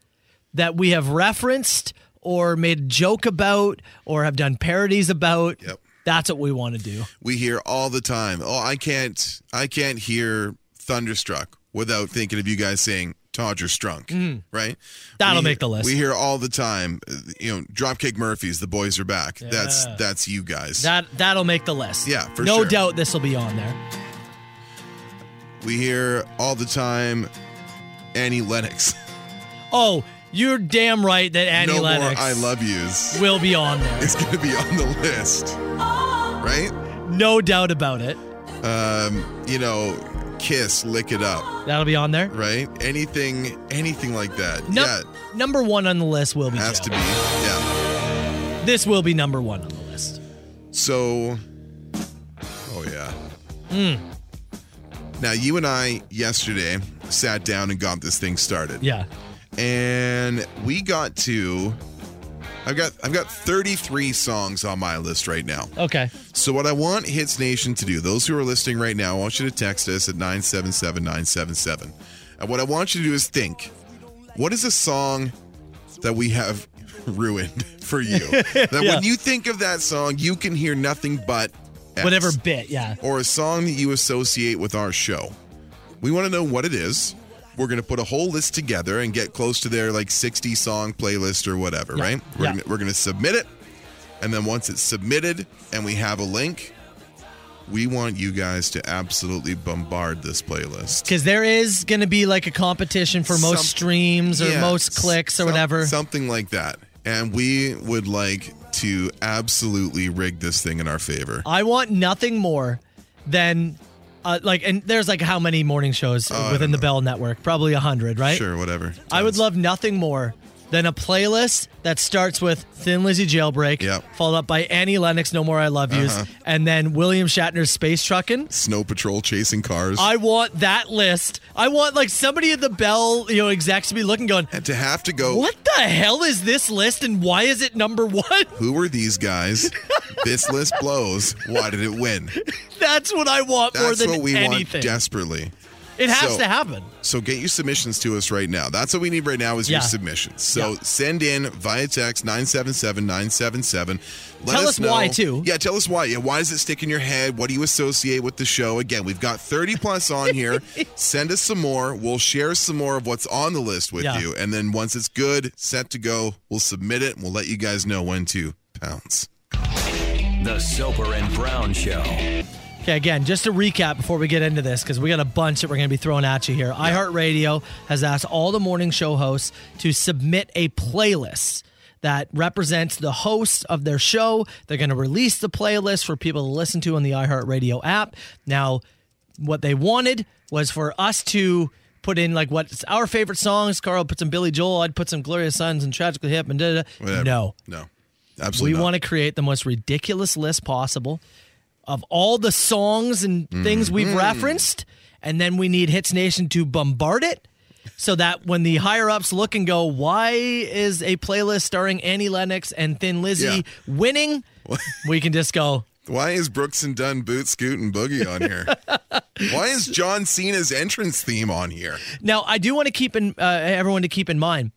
that we have referenced or made a joke about or have done parodies about. Yep. That's what we want to do. we hear all the time oh i can't i can't hear thunderstruck without thinking of you guys saying Todger Strunk, right? Mm-hmm. That'll We- make the list. We hear all the time, uh, you know, Dropkick Murphys, the boys are back. That's Yeah. that's you guys. That that'll make the list. Yeah, for no sure. doubt this will be on there. We hear all the time Annie Lennox. Oh, you're damn right that Annie no Lennox more I love yous. will be on there. It's going to be on the list. Right? No doubt about it. Um, you know, Kiss, Lick It Up, That'll be on there. right? Anything anything like that. Num- Yeah, Number one on the list will be has Joe. to be. Yeah. This will be number one on the list. So Oh yeah. Hmm. Now you and I yesterday sat down and got this thing started. Yeah. and we got to I've got I've got 33 songs on my list right now. Okay. So what I want Hits Nation to do, those who are listening right now, I want you to text us at 977-977. And what I want you to do is think, what is a song that we have ruined for you? that Yeah. when you think of that song, you can hear nothing but X Whatever bit, yeah. or a song that you associate with our show. We want to know what it is. We're going to put a whole list together and get close to their like 60 song playlist or whatever, Yeah, right? We're yeah. gonna, we're going to submit it. And then once it's submitted and we have a link, we want you guys to absolutely bombard this playlist. Because there is going to be like a competition for most Some- streams or Yeah, most clicks or some- whatever. Something like that. And we would like to absolutely rig this thing in our favor. I want nothing more than. Uh, like and there's like how many Oh, morning shows within the Bell Network? Probably a hundred, right? Sure, whatever. I would love nothing more than a playlist that starts with Thin Lizzy Jailbreak, Yep. Uh-huh. followed up by Annie Lennox No More I Love Yous, and then William Shatner's Space Truckin'. Snow Patrol chasing cars. I want that list. I want like somebody at the Bell, you know, execs to be looking, going, and to have to go "What the hell is this list, and why is it number one?" Who were these guys? this list blows. Why did it win? That's what I want more That's than what we anything. want desperately. it has So- to happen. So get your submissions to us right now. That's what we need right now is your Yeah. submissions. So Yeah. send in via text 977-977. Let Tell us why, know- too. Yeah, tell us why. Yeah, why does it stick in your head? What do you associate with the show? Again, we've got 30 plus on here. send us some more. We'll share some more of what's on the list with Yeah. you. And then once it's good, set to go, we'll submit it and we'll let you guys know when to pounce. The Soper and Brown Show. Okay, again, just to recap before we get into this, because we got a bunch that we're going to be throwing at you here. iHeartRadio has asked all the morning show hosts to submit a playlist that represents the host of their show. They're going to release the playlist for people to listen to on the iHeartRadio app. Now, what they wanted was for us to put in like what's our favorite songs. Carl put some Billy Joel. I'd put some Gloria Sons and Tragically Hip and da da. da. Whatever. No, No. Absolutely. we not. want to create the most ridiculous list possible of all the songs and things we've Mhm. referenced, and then we need Hits Nation to bombard it so that when the higher ups look and go, "Why is a playlist starring Annie Lennox and Thin Lizzy winning?" we can just go. Why is Brooks and Dunn boot scoot and boogie on here? Why is John Cena's entrance theme on here? Now, I do want to keep in uh, everyone to keep in mind.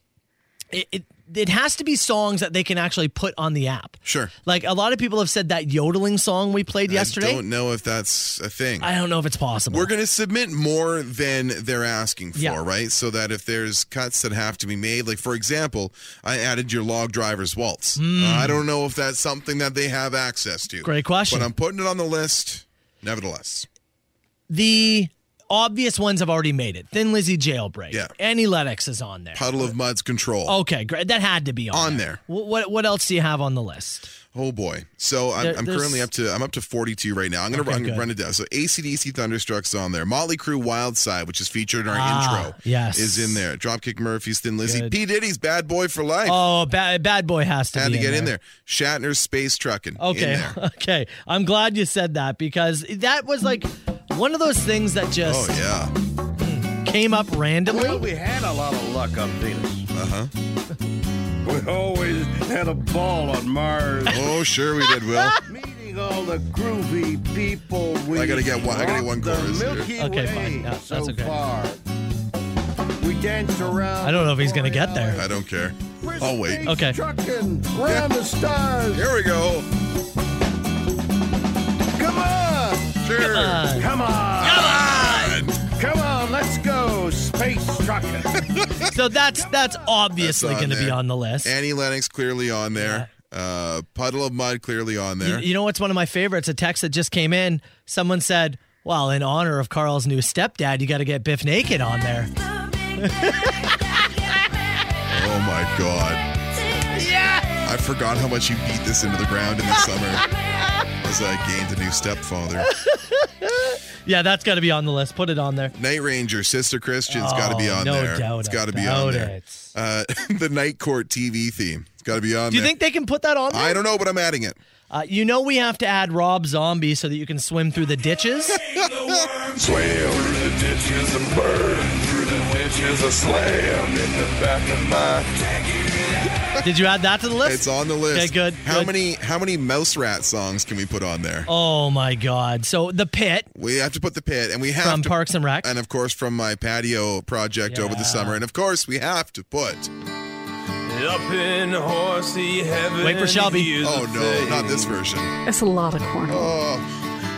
It, it it has to be songs that they can actually put on the app. Sure. Like a lot of people have said that yodeling song we played yesterday. I don't know if that's a thing. I don't know if it's possible. We're going to submit more than they're asking for, Yeah. right? So that if there's cuts that have to be made, like for example, I added your log driver's waltz. Uh, Mm. I don't know if that's something that they have access to. Great question. But I'm putting it on the list nevertheless. the obvious ones have already made it. Thin Lizzy Jailbreak. Yeah. Annie Lennox is on there. Puddle of Mud's control. Okay, great. That had to be on, On there. Wh- What what else do you have on the list? Oh boy! So I'm, There- I'm there's- currently up to I'm up to 42 right now. I'm gonna, Okay, I'm gonna good. run it down. So ACDC Thunderstruck's on there. Motley Crue Wild Side, which is featured in our Ah, intro, yes. is in there. Dropkick Murphys Thin Lizzy, Good. P Diddy's Bad Boy for Life. Oh, bad bad boy has to had be to get in there. Shatner's Space Trucking. Okay, in there. okay. I'm glad you said that because that was like one of those things that just Oh yeah. came up randomly. Well, we had a lot of luck on Venus. Uh huh. Uh-huh. We always had a ball on Mars. Oh sure we did, Will. Meeting all the groovy people. We I gotta get one- I gotta get one walked the chorus here. Milky Okay, Way fine. No, that's so okay. far. We danced around. I don't know if he's gonna get there. I don't care. I'll Oh, wait. Okay. Trucking around the stars. Here we go. Come on. Sure. Come Uh, on. Come on. Come on, let's go, space trucking. So that's that's obviously That's on going to be there. on the list. Annie Lennox clearly on there. Uh, Puddle of Mud clearly on You, there. you know what's one of my favorites? A text that just came in. Someone said, "Well, in honor of Carl's new stepdad, you got to get Biff Naked on there." Oh my god. Yeah. I forgot how much you beat this into the ground in the summer as I gained a new stepfather. yeah, that's got to be on the list. Put it on there. Night Ranger, Sister Christian's got to be Oh, on no there. doubt it's I got to be on doubt there. Uh, the Night Court TV theme. It's got to be on Do you there. think they can put that on there? I don't know, but I'm adding it. Uh, you know we have to add Rob Zombie so that you can swim through the ditches. Swim through the ditches and burn through the witches. A slam in the back of my Did you add that to the list? It's on the list. Okay, good, How good. many how many mouse rat songs can we put on there? oh my God! So the pit. We have to put the pit, and we have From to, Parks and Rec. and of course from my patio project over the summer, and of course we have to put. Up in horsey heaven. Wait for Shelby. Oh, no, not this version. That's a lot of cornhole.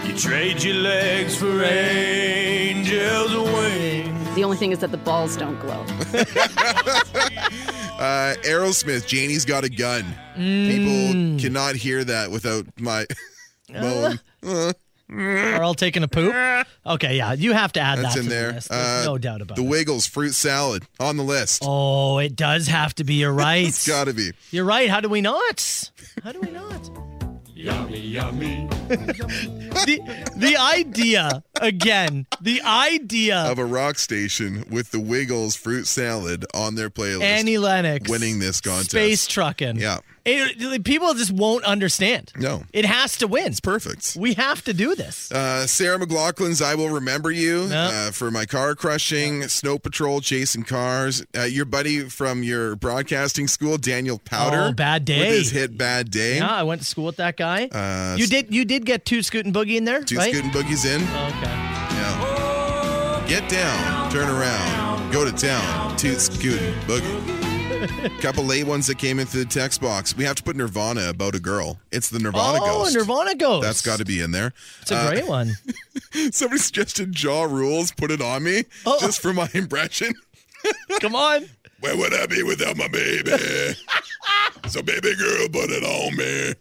You trade your legs for angels' wings. The only thing is that the balls don't glow. Uh, Aerosmith, Janie's got a gun. Mm. People cannot hear that without my moan. Carl taking a poop. Okay, yeah, you have to add That's that in to there. the list. There's Uh, no doubt about The it. Wiggles, fruit salad on the list. Oh, it does have to be. You're right. It's got to be. You're right. How do we not? How do we not? Yummy, yummy. the, the idea again. The idea Of a rock station with the Wiggles fruit salad on their playlist. Annie Lennox winning this contest. space trucking. Yeah. It- people just won't understand. No. It has to win. It's perfect. We have to do this. Uh, Sarah McLaughlin's "I Will Remember You" uh, for my car crushing, Snow Patrol, chasing cars. Uh, your buddy from your broadcasting school, Daniel Powder, Oh, Bad Day. with his hit "Bad Day." Yeah, I went to school with that guy. Uh, you did. You did get two scoot and boogie in there, Two right? Scoot and Boogie's in. Okay. Yeah. Get down, turn around, go to town, toot scootin', boogie. Couple late ones that came into the text box. We have to put Nirvana about a girl. It's the Nirvana oh, ghost. Nirvana Ghost. That's got to be uh, in there. It's a great one. Somebody suggested Jaw Rules. Put it on me Oh. just for my impression. Come on. Where would I be without my baby? so baby girl, put it on me.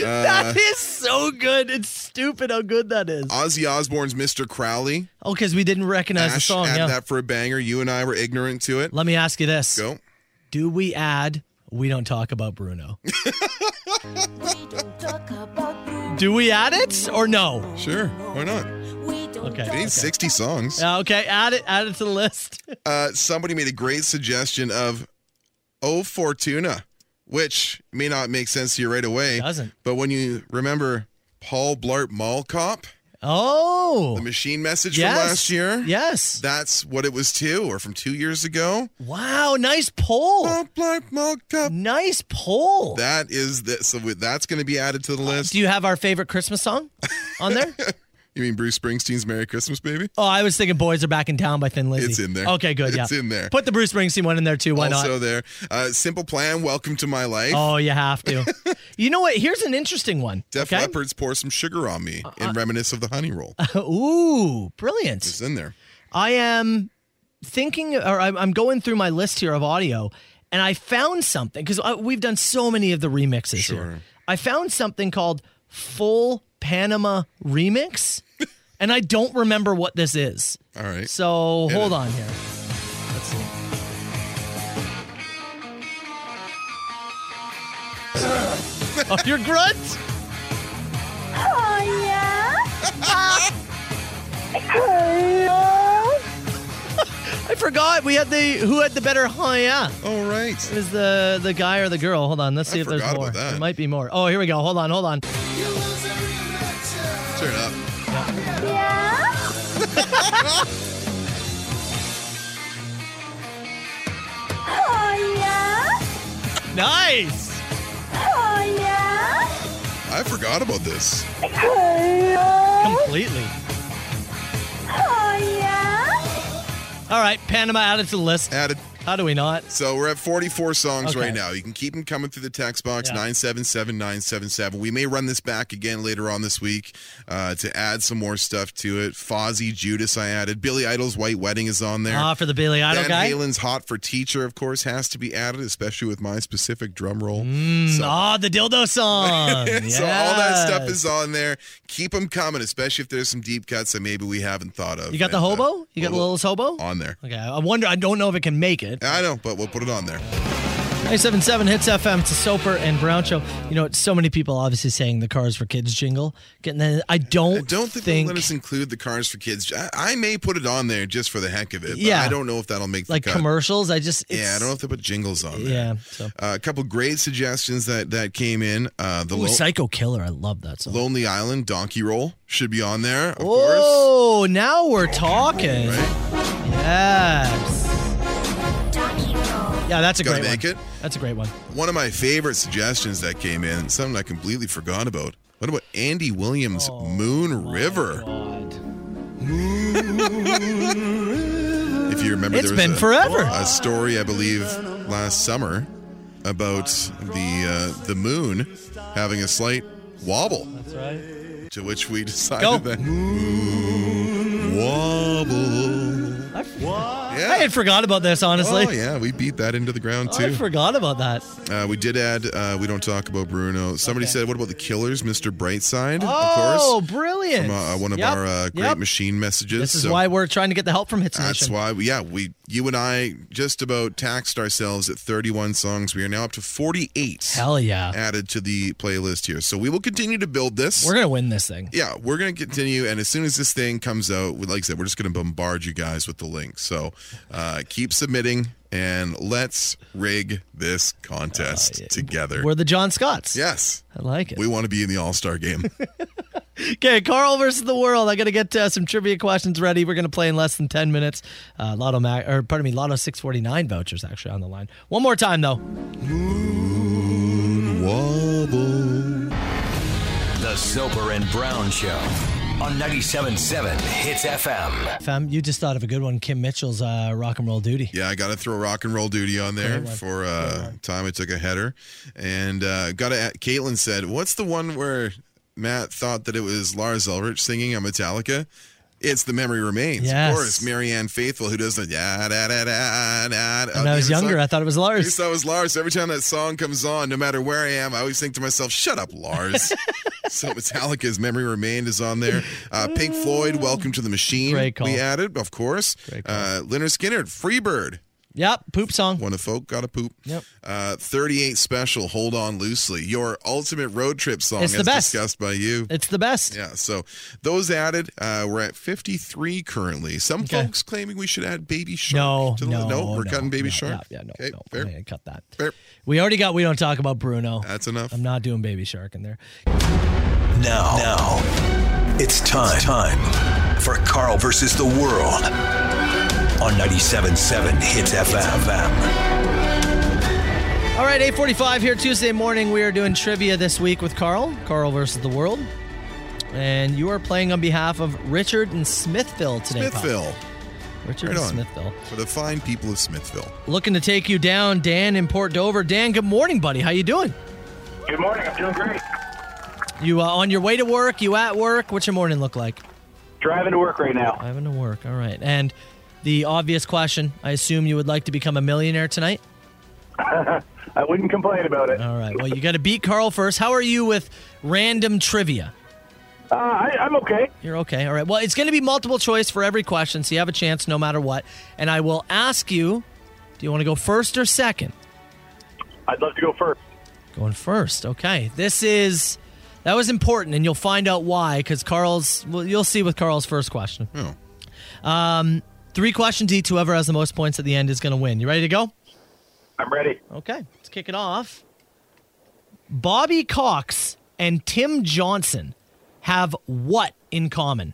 Uh, that is so good. It's stupid how good that is. Ozzy Osbourne's "Mr. Crowley." Oh, because we didn't recognize the Ash song. had Yeah. that for a banger. You and I were ignorant to it. Let me ask you this. Go. Do we add We don't talk about Bruno. Do we add it or no? Sure. Why not? Okay. It okay. ain't 60 songs. Uh, Okay, add it. Add it to the list. Uh, somebody made a great suggestion of O Fortuna, which may not make sense to you right away. Doesn't. But when you remember Paul Blart Mall Cop. Oh. The machine message Yes. from last year. Yes. That's what it was too, or from two years ago. Wow, nice poll. Paul Blart Mall Cop. Nice poll. That is the, so we- that's going to be added to the list. Uh, Do you have our favorite Christmas song on there? You mean Bruce Springsteen's Merry Christmas, baby? oh, I was thinking "Boys Are Back in Town" by Thin Lizzy. It's in there. Okay, good. It's yeah, in there. Put the Bruce Springsteen one in there too. Why also not? there. Uh, Simple Plan, Welcome to My Life. Oh, you have to. you know what? Here's an interesting one. Def Leppard's Pour Some Sugar on Uh, Me in reminisce of the honey roll. Ooh, brilliant. It's in there. I am thinking, or I'm I'm going through my list here of audio, and I found something because we've done so many of the remixes here. I found something called Full Panama Remix, and I don't remember what this is. All right. So Hit hold it. on here. Let's see. oh, your grunt? Oh yeah. Hello. I forgot we had the who had the better huh yeah. Oh right. It was the the guy or the girl. Hold on, let's see if there's forgot more. about that. There might be more. Oh here we go. Hold on, hold on. Turn it up. Yeah. oh yeah. Nice. Oh yeah. I forgot about this. Hello. Completely. Oh yeah. All right, Panama added to the list. Added. How do we not? So we're at 44 songs Okay. right now. You can keep them coming through the text box Yeah. 977 977. We may run this back again later on this week uh, to add some more stuff to it. Fozzy Judas, I added. Billy Idol's White Wedding is on there. Ah, for the Billy Idol Van guy. Halen's Hot for Teacher, of course, has to be added, especially with my specific drum roll. Mm, ah, the dildo song. so all that stuff Yes. is on there. Keep them coming, especially if there's some deep cuts that maybe we haven't thought of. You got the And, uh, hobo? You got the we'll- littlest hobo? on there. Okay, I wonder. I don't know if it can make it. I know, but we'll put it on there. 977 Hits FM. It's a Soper and Brown show. You know, so many people obviously saying the Cars for Kids jingle. Getting that. I don't. Don't think, they'll let us include the cars for kids. I, I may put it on there just for the heck of it. But Yeah. I don't know if that'll make the like cut. commercials. I just. It's, Yeah, I don't know if they put jingles on there. Yeah. Uh, a couple great suggestions that that came in. Uh, the Ooh, Lo- Psycho Killer. I love that song. Lonely Island Donkey Roll should be on there. Of course. Oh, now we're talking. Yes. Yeah, that's a Gotta great make one. it. That's a great one. One of my favorite suggestions that came in, something I completely forgot about. What about Andy Williams' Oh Moon River? if you remember, It's there was been a, forever. A story, I believe, last summer about the uh, the moon having a slight wobble. That's right. To which we decided Go. that moon wobble. Yeah. I had forgot about this, honestly. Oh yeah, we beat that into the ground too. I forgot about that. Uh, we did add uh, we don't talk about Bruno. Somebody said, "What about the Killers, Mr. Brightside?" Oh, of course, brilliant. from uh, one of Yep, our uh, great yep. machine messages. This is So why we're trying to get the help from Hits That's Nation. why, yeah, we you and I just about taxed ourselves at 31 songs. We are now up to 48. Hell yeah. Added to the playlist here, so we will continue to build this. We're gonna win this thing. yeah, we're gonna continue, and as soon as this thing comes out, we- like I said, we're just gonna bombard you guys with the links. So uh, keep submitting, and let's rig this contest together. Uh, We're the John Scotts. Yes. I like it. We want to be in the All Star game. Okay, Carl versus the world. I got to get uh, some trivia questions ready. We're going to play in less than 10 minutes. Uh, Lotto Mac, or pardon me, Lotto 649 vouchers actually on the line. One more time, though. The Soper and Brown Show on 97.7 Hits FM. Fam, you just thought of a good one. Kim Mitchell's uh, Rock and Roll Duty. yeah, I got to throw rock and roll duty on there Great one. for uh, time I took a header, and uh, got to. Caitlin said, "What's the one where Matt thought that it was Lars Ulrich singing on Metallica?" It's the memory remains, Yes. of course. Marianne Faithful, who does the da da da da da. When I was younger, I thought it was I used Lars. to thought it was Lars. Every time that song comes on, no matter where I am, I always think to myself, "Shut up, Lars." so Metallica's "Memory Remained" is on there. Uh, Pink Floyd, "Welcome to the Machine," Great call. we added, of course. Uh, Leonard Skinner, "Freebird." Yep, poop song. When a folk got to poop. Yep. Uh, 38 special, hold on loosely. Your ultimate road trip song It's the as best. discussed by you. It's the best. Yeah. So those added, uh, we're at 53 currently. Some folks claiming we should add Baby Shark. No, to the- no, we're no, cutting Baby no, Shark. Yeah, yeah, no, okay, no. fair. I'm gonna cut that. We already got. We don't talk about Bruno. That's enough. I'm not doing Baby Shark in there. Now, now, it's time, time for Carl versus the world on 97.7 Hits FM. All right, 8:45 here Tuesday morning. We are doing trivia this week with Carl. Carl versus the world, and you are playing on behalf of Richard in Smithville today. Pop. Smithville. Richard Right in on. Smithville. For the fine people of Smithville. Looking to take you down, Dan in Port Dover. Dan, good morning, buddy. How you doing? Good morning. I'm doing great. You uh, on your way to work? You at work? What's your morning look like? Driving to work right now. Driving to work. All right. And the obvious question: I assume you would like to become a millionaire tonight. I wouldn't complain about it. All right. Well, you got to beat Carl first. How are you with random trivia? Uh, I, I'm okay. You're okay. All right. Well, it's going to be multiple choice for every question, so you have a chance no matter what. And I will ask you do you want to go first or second? I'd love to go first. Going first. Okay. This is. That was important, and you'll find out why because Carl's. Well, you'll see with Carl's first question. Um, three questions each. Whoever has the most points at the end is going to win. You ready to go? I'm ready. Okay. Let's kick it off. Bobby Cox and Tim Johnson have what in common?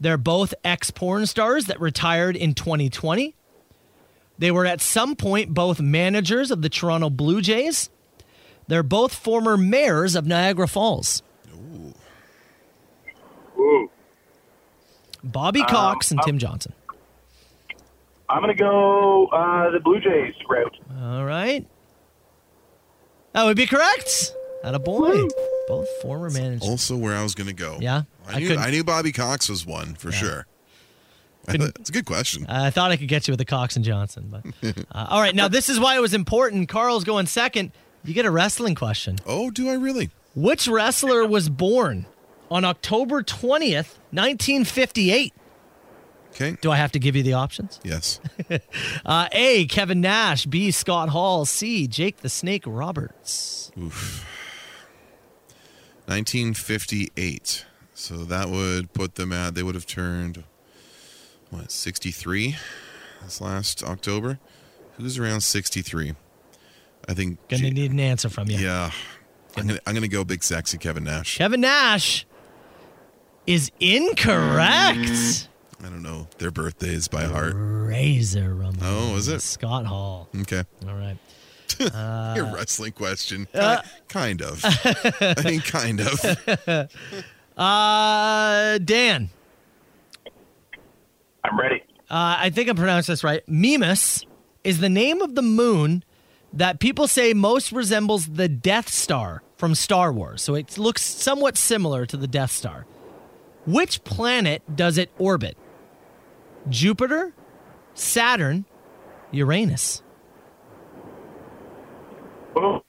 They're both ex porn stars that retired in 2020. They were at some point both managers of the Toronto Blue Jays. They're both former mayors of Niagara Falls. Ooh. Bobby Um, Cox and uh, Tim Johnson. I'm going to go uh, the Blue Jays route. All right. That would be correct. At a boy. Both former managers. Also, where I was going to go. Yeah, I I knew, couldn't- I, knew Bobby Cox was one for sure. Couldn't- It's a good question. I thought I could get you with the Cox and Johnson, but uh, all right. Now this is why it was important. Carl's going second. You get a wrestling question. Oh, do I really? Which wrestler was born on October twentieth, nineteen fifty-eight? Okay. Do I have to give you the options? Yes. uh, a. Kevin Nash. B. Scott Hall. C. Jake the Snake Roberts. Oof. 1958. So that would put them at, they would have turned, what, 63 this last October? Who's around 63? I think. Gonna J- need an answer from you. yeah. I'm going to I'm gonna go big sexy Kevin Nash. Kevin Nash is incorrect. I don't know their birthdays by heart. Razor Ramon. Oh, is it? Scott Hall. Okay. All right. Your Uh, wrestling question. uh, Ki- kind of. I mean, kind of. uh, Dan, I'm ready. uh, I think I pronounced this right. Mimas is the name of the moon that people say most resembles the Death Star from Star Wars. So it looks somewhat similar to the Death Star. Which planet does it orbit? Jupiter, Saturn, Uranus. Ooh.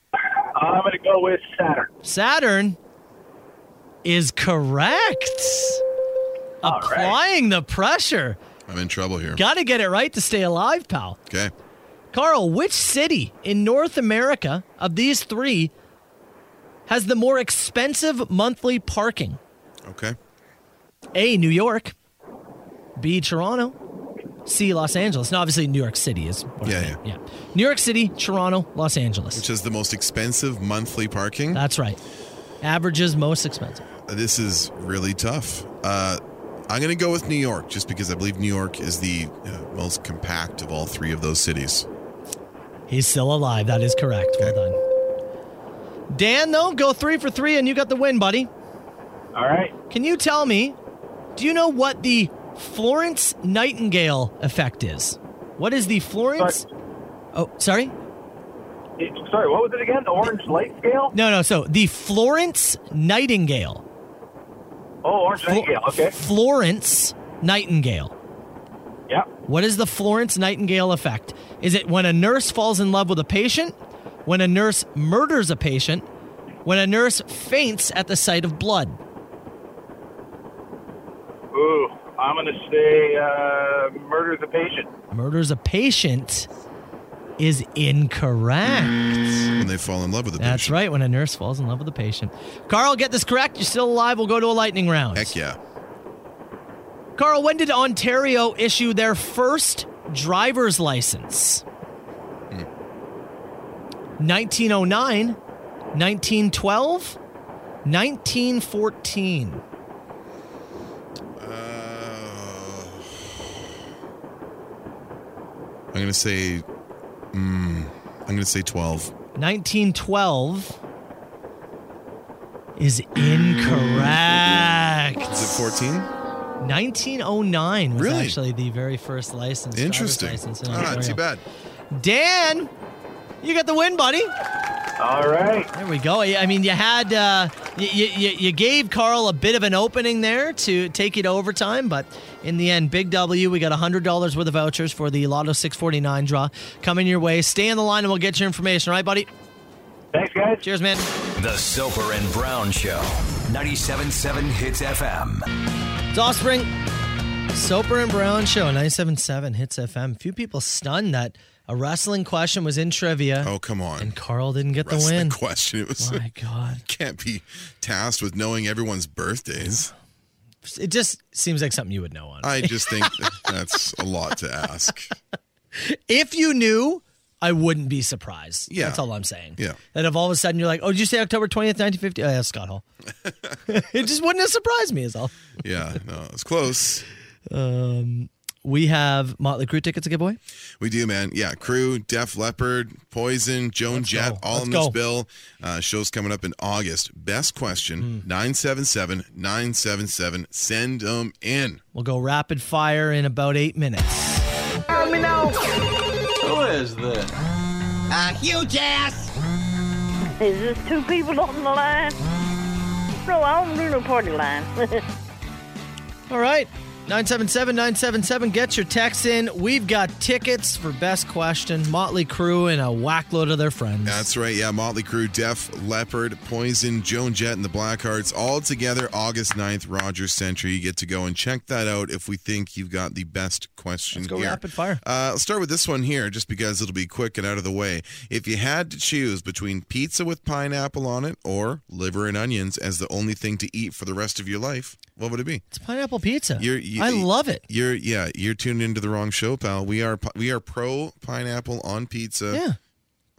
I'm going to go with Saturn. Saturn is correct. Applying the pressure. I'm in trouble here. Got to get it right to stay alive, pal. Okay. Carl, which city in North America of these three has the more expensive monthly parking? Okay. A. New York. B. Toronto. C. Los Angeles. Now, obviously, New York City is. what I Yeah, meant. yeah. New York City, Toronto, Los Angeles. Which is the most expensive monthly parking? That's right. Averages most expensive. This is really tough. Uh, I'm going to go with New York just because I believe New York is the uh, most compact of all three of those cities. He's still alive. That is correct. Well done. Dan, though, go three for three, and you got the win, buddy. All right. Can you tell me, do you know what the Florence Nightingale effect is? What is the Florence? Oh, sorry? It- sorry, what was it again? The orange light scale? No, no. So the Florence Nightingale. Oh, orange light scale. Okay. Florence Nightingale. Yeah. What is the Florence Nightingale effect? Is it when a nurse falls in love with a patient? When a nurse murders a patient? When a nurse faints at the sight of blood? Ooh. Uh, I'm going to say uh, murder the patient. Murders a patient is incorrect. And they fall in love with the That's right, when a nurse falls in love with a patient. Carl, get this correct. You're still alive. We'll go to a lightning round. Heck yeah. Carl, when did Ontario issue their first driver's license? Hmm. 1909, 1912, 1914. Uh, I'm going to say, mm, I'm going to say 12. 1912 is incorrect. Is it 14? 1909 was Really? actually the very first license. driver's Interesting. License in Ah, Ontario. too bad. Dan, you got the win, buddy. All right. There we go. I I mean, you had uh, you, you, you gave Carl a bit of an opening there to take it to overtime, but in the end, Big W, we got hundred dollars worth of vouchers for the Lotto 649 draw coming your way. Stay on the line, and we'll get your information. All right, buddy. Thanks, guys. Cheers, man. The Soper and Brown Show. 97.7 Hits FM. It's Offspring, Soper and Brown Show, 977 Hits FM. Few people stunned that a wrestling question was in trivia. Oh, come on. And Carl didn't get the That's win. the question. It was, My God. Can't be tasked with knowing everyone's birthdays. It just seems like something you would know on. I just think that's a lot to ask. If you knew, I wouldn't be surprised. Yeah. That's all I'm saying. Yeah. That if all of a sudden you're like, oh, did you say October 20th, 1950? Oh, yeah, Scott Hall. it just wouldn't have surprised me, is all. Yeah, no, it's close. Um, we have Motley Crue tickets to give away. We do, man. Yeah, Crew, Def Leppard, Poison, Joan Jett, all Let's in this go. bill. Uh, show's coming up in August. Best question Hmm. 977 977. Send them in. We'll go rapid fire in about eight minutes. Let me know. Who is this? A huge ass. Is this two people on the line? No, I don't do no party line. All right. 977 977. Get your texts in. We've got tickets for Best Question, Motley Crue, and a whackload of their friends. That's right. Yeah, Motley Crue, Def Leppard, Poison, Joan Jett, and the Blackhearts all together August 9th, Rogers Century. You get to go and check that out if we think you've got the best question Let's go here. rapid fire. Uh, I'll start with this one here just because it'll be quick and out of the way. If you had to choose between pizza with pineapple on it or liver and onions as the only thing to eat for the rest of your life, what would it be? It's pineapple pizza. You're, you, I love it. You're yeah. You're tuned into the wrong show, pal. We are pi- we are pro pineapple on pizza, Yeah.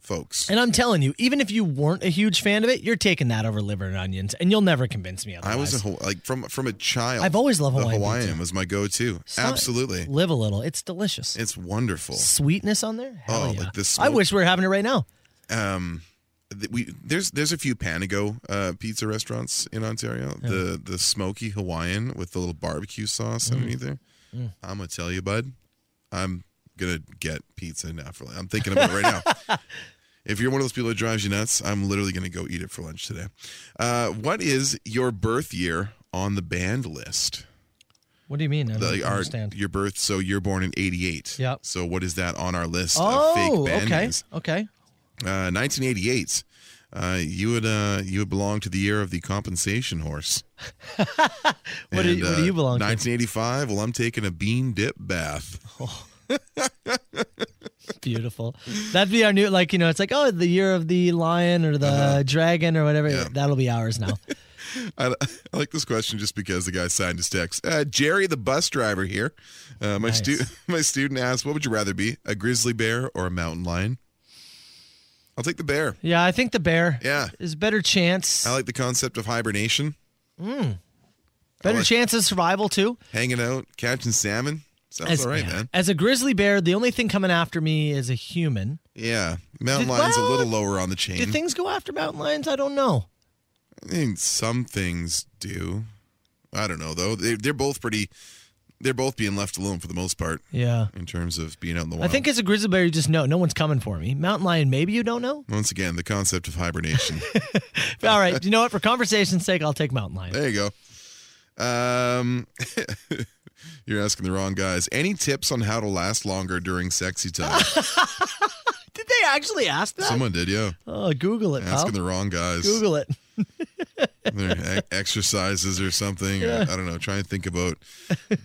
folks. And I'm telling you, even if you weren't a huge fan of it, you're taking that over liver and onions, and you'll never convince me otherwise. I was a Haw- like from from a child. I've always loved the Hawaiian pizza. was my go-to. not- Absolutely, Live a little. It's delicious. it's wonderful. Sweetness on there? Hell oh, yeah. like this. I wish we were having it right now. um th- we there's there's a few Panago uh, pizza restaurants in Ontario. The the smoky Hawaiian with the little barbecue sauce underneath there. Mm. I'm gonna tell you, bud. I'm gonna get pizza now for lunch. I'm thinking about it right now. If you're one of those people that drives you nuts, I'm literally gonna go eat it for lunch today. Uh, what is your birth year on the banned list? What do you mean? I don't Like our, understand. your birth, so you're born in '88. Yep. So what is that on our list of oh, fake band okay. names? Okay. Uh, 1988. Uh, you would uh, you would belong to the year of the compensation horse. What do you- what do you belong to? 1985. Well, I'm taking a bean dip bath. Beautiful. That'd be our new, like, you know, it's like, oh, the year of the lion or the Uh-huh. dragon or whatever. That'll be ours now. I, I like this question just because the guy signed his text. Uh, Jerry, the bus driver here. Uh, my stu- my student asked, "What would you rather be, a grizzly bear or a mountain lion?" I'll take the bear. yeah, I think the bear Yeah, is better chance. I like the concept of hibernation, Mm. Better like- chance of survival, too. hanging out, catching salmon. Sounds As- all right, yeah. man. As a grizzly bear, the only thing coming after me is a human. Yeah, mountain Did- lion's a well, little lower on the chain. Do things go after mountain lions? I don't know. I think some things do. I don't know though. They, they're both pretty. They're both being left alone for the most part. Yeah. In terms of being out in the I wild. think as a grizzly bear, you just know no one's coming for me. Mountain lion, maybe you don't know. Once again, the concept of hibernation. All right, you know what? For conversation's sake, I'll take mountain lion. there you go. Um, you're asking the wrong guys. Any tips on how to last longer during sexy time? Did they actually ask that? Someone did, yeah. Oh, Google it, pal. Asking the wrong guys. Google it. Other e- exercises or something. Yeah. I don't know. Try and think about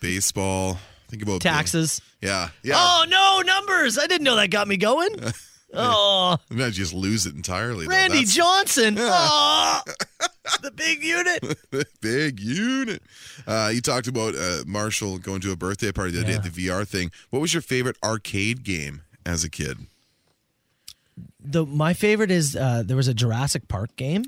baseball. Think about Taxes. Yeah. Yeah. Oh no, numbers! I didn't know that got me going. oh, Imagine you just lose it entirely. though. Randy That's- Johnson. Oh, the big unit. Big unit. Uh, you talked about uh, Marshall going to a birthday party the other day at the VR thing. What was your favorite arcade game as a kid? The my favorite is uh, there was a Jurassic Park game.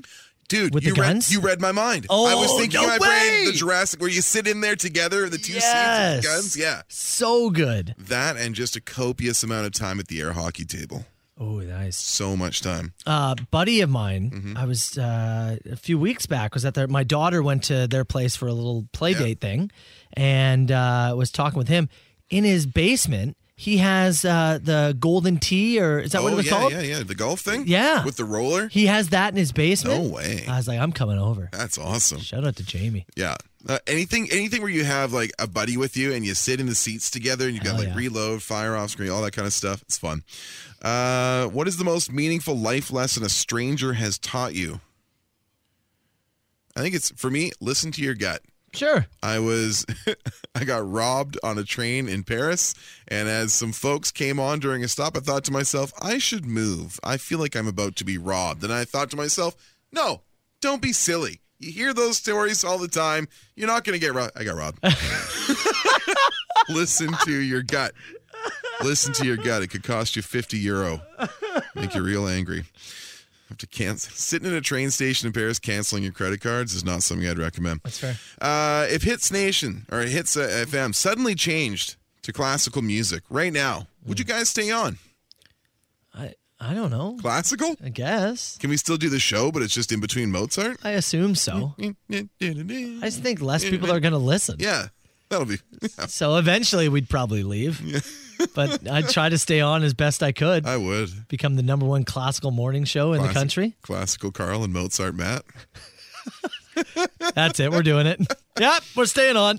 Dude, with you the read- guns. you read my mind. Oh, I was thinking no in my way! brain the Jurassic where you sit in there together and the two Yes. seats with guns. Yeah. So good. That and just a copious amount of time at the air hockey table. Oh, nice. So much time. uh, buddy of mine, Mm-hmm. I was uh, a few weeks back, was at their, my daughter went to their place for a little play date thing and uh, was talking with him. In his basement, he has uh, the golden tee, or is that what oh, it was yeah, called? yeah, yeah. The golf thing? Yeah. Uh, With the roller? He has that in his basement. No way. I was like, I'm coming over. That's awesome. Shout out to Jamie. Yeah. Uh, anything anything where you have like a buddy with you and you sit in the seats together and you've got Hell like yeah. reload, fire off screen, all that kind of stuff. It's fun. Uh, what is the most meaningful life lesson a stranger has taught you? I think it's for me, listen to your gut. Sure. I was I got robbed on a train in Paris and as some folks came on during a stop I thought to myself I should move. I feel like I'm about to be robbed and I thought to myself, "No, don't be silly. You hear those stories all the time. You're not going to get robbed." I got robbed. Listen to your gut. Listen to your gut. It could cost you 50 euro. Make you real angry. Have to cancel. Sitting in a train station in Paris canceling your credit cards is not something I'd recommend. That's fair. Uh, if Hits Nation or Hits uh, FM suddenly changed to classical music right now, would you guys stay on? I, I don't know. Classical? I guess. Can we still do the show, but it's just in between Mozart? I assume so. I just think less people are going to listen. Mm-hmm. Yeah. That'll be. So eventually we'd probably leave. but I'd try to stay on as best I could. I would. Become the number one classical morning show in Classic- the country. Classical Carl and Mozart Matt. That's it. We're doing it. Yep, we're staying on.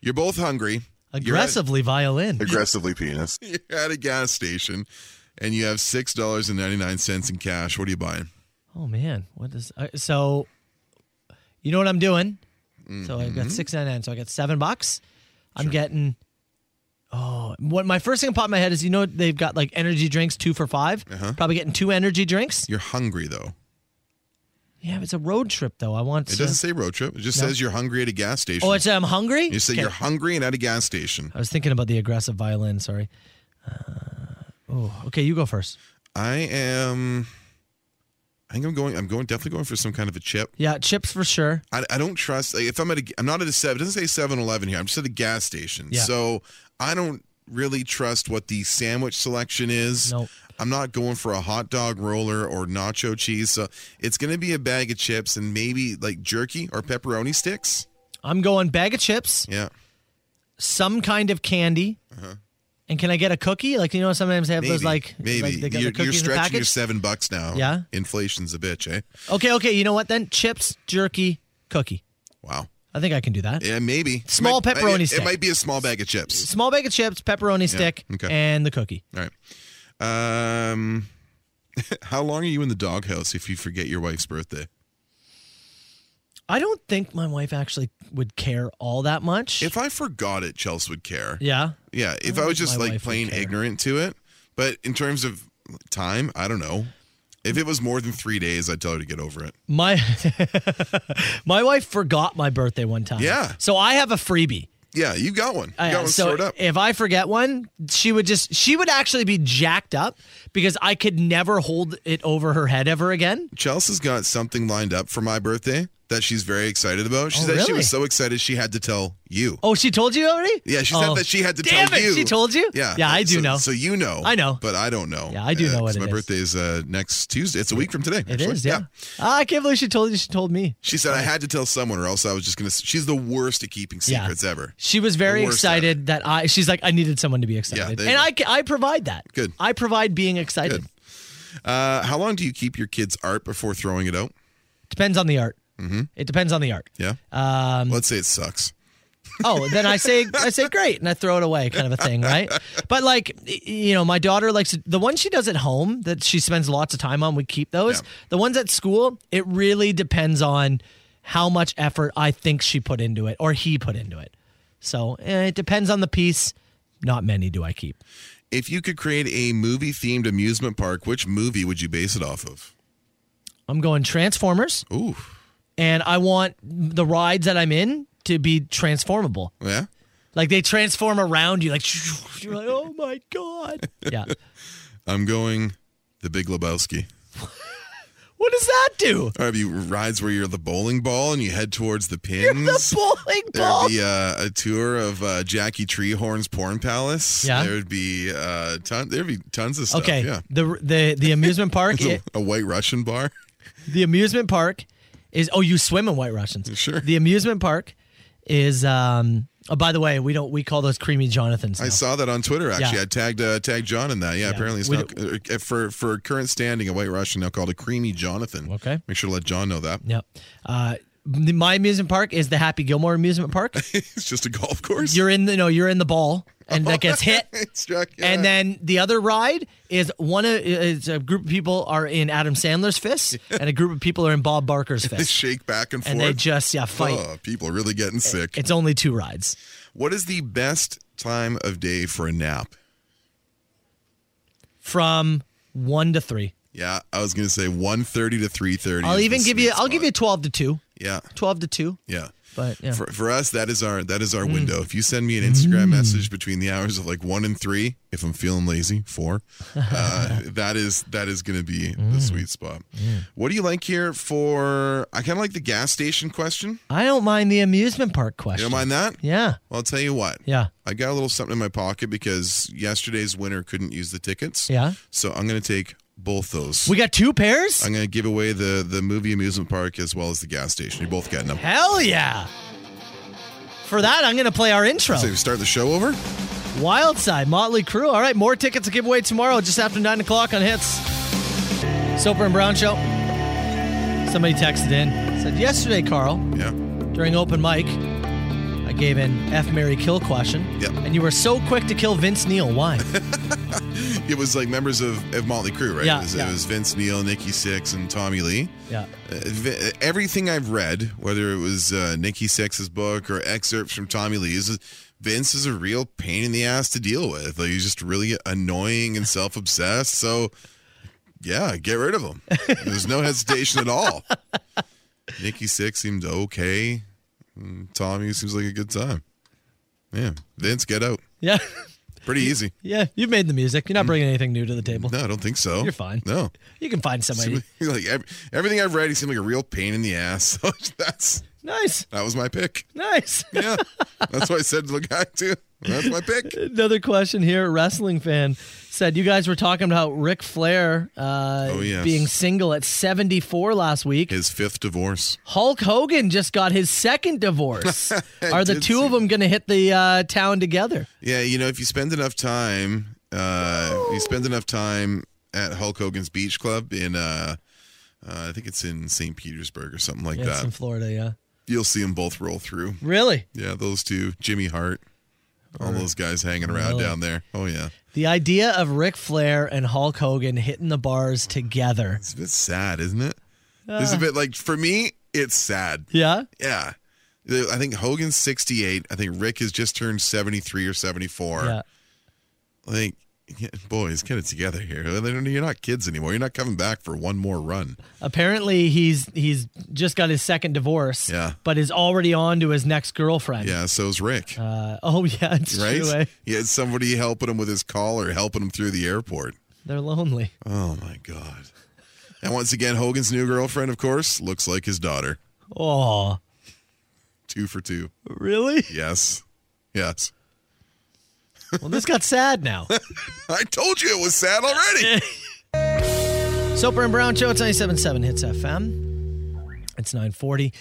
You're both hungry. You're at- Aggressively violin. aggressively penis. You're at a gas station and you have six dollars and ninety nine cents in cash. What are you buying? Oh man, what is uh, so? You know what I'm doing? So I've Mm-hmm. got six ninety nine. So I got seven bucks. I'm getting. Oh, what my first thing that popped in my head is you know they've got like energy drinks two for 5 Uh-huh. Probably getting two energy drinks. You're hungry though. Yeah, but it's a road trip though. I want. It doesn't say road trip. It just No. says you're hungry at a gas station. Oh, it's I'm hungry. You say Okay. you're hungry and at a gas station. I was thinking about the aggressive violin. Sorry. Uh, oh, okay. You go first. I am. I think I'm going. I'm going. Definitely going for some kind of a chip. Yeah, chips for sure. I, I don't trust. Like, if I'm at a, I'm not at a seven. It doesn't say Seven Eleven here. I'm just at a gas station. Yeah. So I don't really trust what the sandwich selection is. Nope. I'm not going for a hot dog roller or nacho cheese. So it's going to be a bag of chips and maybe like jerky or pepperoni sticks. I'm going bag of chips, Yeah. some kind of candy, and can I get a cookie? Like you know, sometimes they have Uh-huh. Maybe. those like maybe like they got you're, the you're cookies in the stretching your package. seven bucks now. Yeah. Inflation's a bitch, eh? okay, okay. You know what? Then chips, jerky, cookie. Wow. I think I can do that. Yeah, maybe Small It might- pepperoni it- stick. It might be a small bag of chips. Small bag of chips, pepperoni stick, okay. and the cookie. All right. Um, how long are you in the doghouse if you forget your wife's birthday? I don't think my wife actually would care all that much. If I forgot it, Chelsea would care. Yeah. Yeah. If don't I was think just my like wife would plain care. ignorant to it, but in terms of time, I don't know. If it was more than three days, I'd tell her to get over it. My my wife forgot my birthday one time. Yeah. So I have a freebie. Yeah, you got one. You Uh, got one so stored up. if I forget one, she would just she would actually be jacked up because I could never hold it over her head ever again. Chelsea's got something lined up for my birthday that she's very excited about. She Oh, said she really? was so excited she had to tell you. Oh, she told you already? Yeah, she Oh. said that she had to Damn tell it, you. She told you? Yeah. Yeah, I do so, know. So you know. I know. But I don't know. Yeah, I do know what because it my is. birthday is uh, next Tuesday. It's a week from today. It actually. is, yeah. Ah, I can't believe she told you. She told me. She said I had to tell someone or else I was just going to. She's the worst at keeping Yeah. secrets ever. She was very The worst excited that I. She's like, I needed someone to be Yeah, excited, there and you I, ca- I provide that. Good. I provide being excited. Uh, how long do you keep your kids' art before throwing it out? Depends on the art. Mm-hmm. It depends on the art. Yeah. Um, Let's say it sucks. oh, then I say I say great, and I throw it away, kind of a thing, right? But like, y- you know, my daughter likes the one she does at home that she spends lots of time on. We keep those. The ones at school, it really depends on how much effort I think she put into it or he put into it. So eh, it depends on the piece. Not many do I keep. If you could create a movie themed amusement park, which movie would you base it off of? I'm going Transformers. Ooh. And I want the rides that I'm in to be transformable. Yeah. Like they transform around you. Like you're like, oh my god. Yeah. I'm going The Big Lebowski. What does that do? Or have you rides where you're the bowling ball and you head towards the pins? the bowling ball. There'd be uh, a tour of uh, Jackie Treehorn's porn palace. Yeah. There would be uh, ton- there'd be tons of stuff. Okay. Yeah. The the the amusement park. There's it- a, a white Russian bar. the amusement park is oh you swim in white russians sure the amusement park is um oh by the way we don't we call those creamy jonathans I now. saw that on Twitter actually. Yeah. I tagged uh, tagged John in that. Yeah, apparently it's We now, uh, for for current standing a white Russian now called a creamy Jonathan. Okay. Make sure to let John know that. yep uh the- my amusement park is the happy gilmore amusement park it's just a golf course you're in the no you're in the ball and that gets hit Struck, and then the other ride is one of is a group of people are in adam sandler's fist and a group of people are in bob barker's They fist shake back and forth. and they just yeah fight Oh, people are really getting sick. it's only two rides What is the best time of day for a nap? from one to three Yeah, I was gonna say 1.30 to three thirty. i'll even give you i'll give you 12 to 2 Yeah, 12 to 2 yeah. but yeah Hmm. For, for us, that is our that is our window. If you send me an Instagram message between the hours of like one and three, if I'm feeling lazy, four, uh, that is that is going to be Hmm. the sweet spot. What do you like here for? I kind of like the gas station question. I don't mind the amusement park You question. don't mind that? Yeah. Well, I'll tell you what. Yeah. I got a little something in my pocket because yesterday's winner couldn't use the tickets. Yeah. So I'm going to take both those. We got two pairs? I'm going to give away the the movie amusement park as well as the gas station. You're both getting them. Hell yeah. For that, I'm going to play our intro. So we start the show over. Wildside, Motley Crue. All right, more tickets to give away tomorrow just after 9 o'clock on Hits. Soper and Brown Show. Somebody texted in. Said, yesterday, Carl, Yeah. during open mic, I gave an F Mary Kill question. Yep. And you were so quick to kill Vince Neil. Why? It was like members of, of Motley Crue, right? Yeah, it, was, yeah. it was Vince Neil, Nikki Six, and Tommy Lee. yeah. Uh, vi- everything I've read, whether it was uh, Nikki Six's book or excerpts from Tommy Lee's, Vince is a real pain in the ass to deal with. Like he's just really annoying and self obsessed. So, yeah, get rid of him. There's no hesitation at all. Nikki Six seemed okay. and Tommy seems like a good time. Yeah, Vince, get out. Yeah. Pretty easy. Yeah. You've made the music. You're not bringing anything new to the table. No, I don't think so. You're fine. No. You can find somebody. Seemed Like ev- everything I've read, he seemed like a real pain in the ass. So that's Nice. that was my pick. Nice. Yeah, that's what I said to the guy too. That's my pick. Another question here. Wrestling fan said you guys were talking about Ric Flair uh, Oh, yes. being single at 74 last week. His fifth divorce. Hulk Hogan just got his second divorce. I Are the did two see of them going to hit the uh, town together? Yeah, you know, if you spend enough time, uh, if you spend enough time at Hulk Hogan's Beach Club in, uh, uh, I think it's in St. Petersburg or something like Yeah, it's that. in Florida, yeah. You'll see them both roll through. Really? Yeah, those two, Jimmy Hart, all those guys hanging around Really? down there. Oh yeah, The idea of Ric Flair and Hulk Hogan hitting the bars together. it's a bit sad, isn't it? it's a bit like for me, it's sad. Yeah? Yeah. I think Hogan's 68. I think Rick has just turned 73 or 74. Yeah. Like, yeah, boys, get it together here. They don't- You're not kids anymore. You're not coming back for one more run. Apparently he's he's just got his second divorce, Yeah. but is already on to his next girlfriend. Yeah, so's Rick. Uh, oh yeah, it's right? true. eh? He had somebody helping him with his collar, helping him through the airport. They're lonely. Oh, my God. And once again, Hogan's new girlfriend, of course, looks like his daughter. Oh, Two for two. really? Yes. Yes. Well, this got sad now. I told you it was sad already. Soper and Brown Show, it's 97.7 Hits FM. It's 940.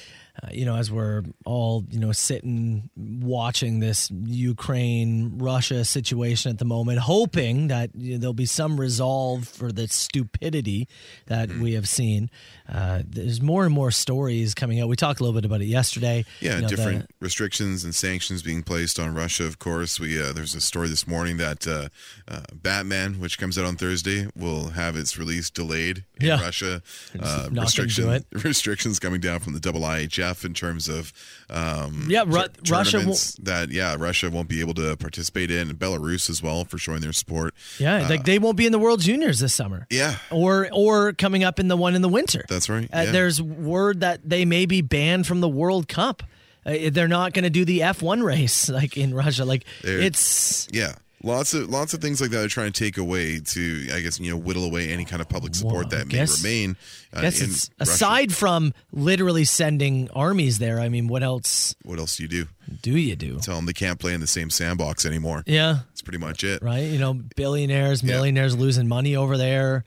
Uh, you know, as we're all, you know, sitting watching this Ukraine Russia situation at the moment, hoping that you know, there'll be some resolve for the stupidity that we have seen. Uh, there's more and more stories coming out. We talked a little bit about it yesterday. Yeah, You know, the- different restrictions and sanctions being placed on Russia. Of course, we uh, there's a story this morning that uh, uh, Batman, which comes out on Thursday, will have its release delayed in Yeah. Russia. not Uh, gonna do restriction- restrictions coming down from the double IHF. IAAF in terms of um, Yeah, Ru- tur- Russia won't- tournaments that yeah Russia won't be able to participate in, and Belarus as well for showing their support. Yeah, Uh, like they won't be in the World Juniors this summer. Yeah. Or or coming up in the one in the winter. that's right. Uh, yeah. There's word that they may be banned from the World Cup. Uh, they're not going to do the F1 race like in Russia. Like There- it's yeah lots of lots of things like that are trying to take away to i guess you know whittle away any kind of public support that may guess- remain uh, I guess in it's Russia. aside from literally sending armies there. I mean, what else? what else do you do do you do tell them they can't play in the same sandbox anymore Yeah. that's pretty much it Right? You know, billionaires, millionaires losing money over there.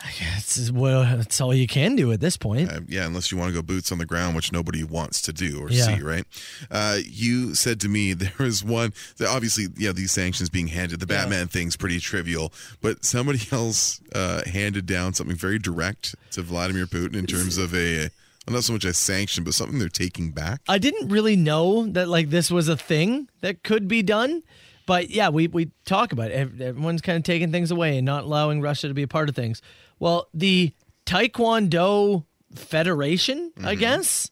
I guess it's, well, it's all you can do at this point. Uh, yeah, unless you want to go boots on the ground, which nobody wants to do or Yeah. see, right? Uh, you said to me there was one that obviously, yeah, these sanctions being handed, the Batman thing's pretty trivial, but somebody else uh, handed down something very direct to Vladimir Putin in terms of a, well, not so much a sanction, but something they're taking back. I didn't really know that like this was a thing that could be done. But yeah, we, we talk about it. Ev- Everyone's kind of taking things away and not allowing Russia to be a part of things. Well, the Taekwondo Federation, I guess,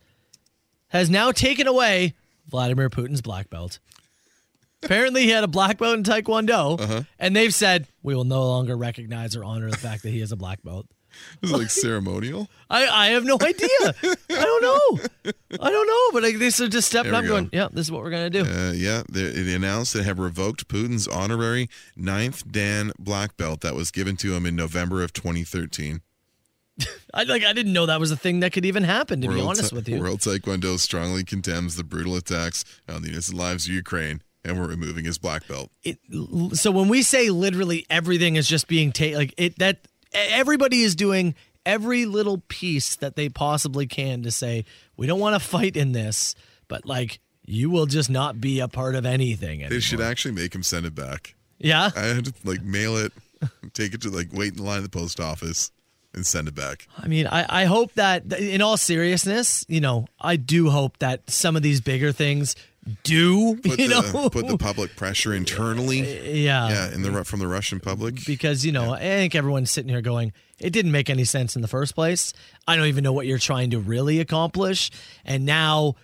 has now taken away Vladimir Putin's black belt. Apparently, he had a black belt in Taekwondo, and they've said, we will no longer recognize or honor the fact that he has a black belt. It was like ceremonial. I, I have no idea. I don't know. I don't know. But like, they're just stepping There up, we going, go. "Yeah, this is what we're gonna do." Uh, yeah, they, it announced they have revoked Putin's honorary ninth Dan black belt that was given to him in November of 2013. I like, I didn't know that was a thing that could even happen. To be honest Ta- with you, World Taekwondo strongly condemns the brutal attacks on the innocent lives of Ukraine, and we're removing his black belt. It, l- so when we say literally everything is just being taken, like it that e- everybody is doing every little piece that they possibly can to say we don't want to fight in this, but like you will just not be a part of anything. They should actually make him send it back. Yeah, I had to like mail it, take it to like wait in line at the post office, and send it back. I mean, I, I hope that, th- in all seriousness, you know, I do hope that some of these bigger things do, Put you the know, put the public pressure internally. Yeah. yeah, in the Ru- from the Russian public. because, you know, I think everyone's sitting here going, it didn't make any sense in the first place. I don't even know what you're trying to really accomplish. And now,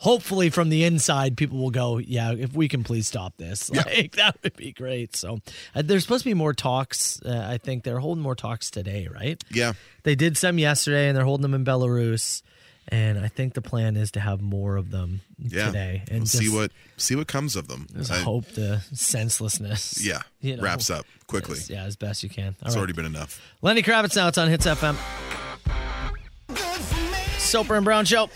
hopefully, from the inside, people will go, yeah, if we can please stop this, like that would be great. So uh, there's supposed to be more talks. Uh, I think they're holding more talks today, right? Yeah, They did some yesterday, and they're holding them in Belarus. And I think the plan is to have more of them yeah. today, and we'll see just- what see what comes of them. Just I- hope the senselessness, yeah, you know, wraps up quickly. is- yeah, as best you can. All it's right. already been enough. Lenny Kravitz now. It's on Hits FM. Soper and Brown Show.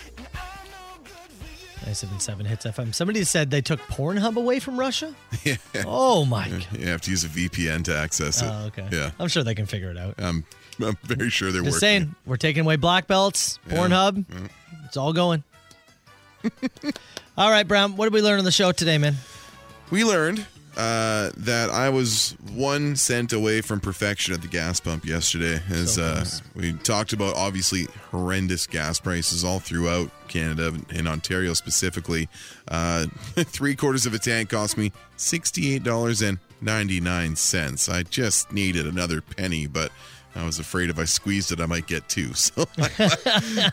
977 Hits FM. Somebody said they took Pornhub away from Russia. Yeah. Oh my god. You have to use a VPN to access it. Oh, okay. Yeah, I'm sure they can figure it out. I'm I'm very sure they're Just working. saying, we're taking away black belts, Yeah. Mm. Pornhub. Yeah. It's all going. all right, Brown. What did we learn on the show today, man? We learned uh, that I was one cent away from perfection at the gas pump yesterday. As uh, we talked about, obviously horrendous gas prices all throughout Canada and Ontario specifically. Uh, three quarters of a tank cost me sixty-eight dollars and ninety-nine cents. I just needed another penny, but. I was afraid if I squeezed it, I might get two. So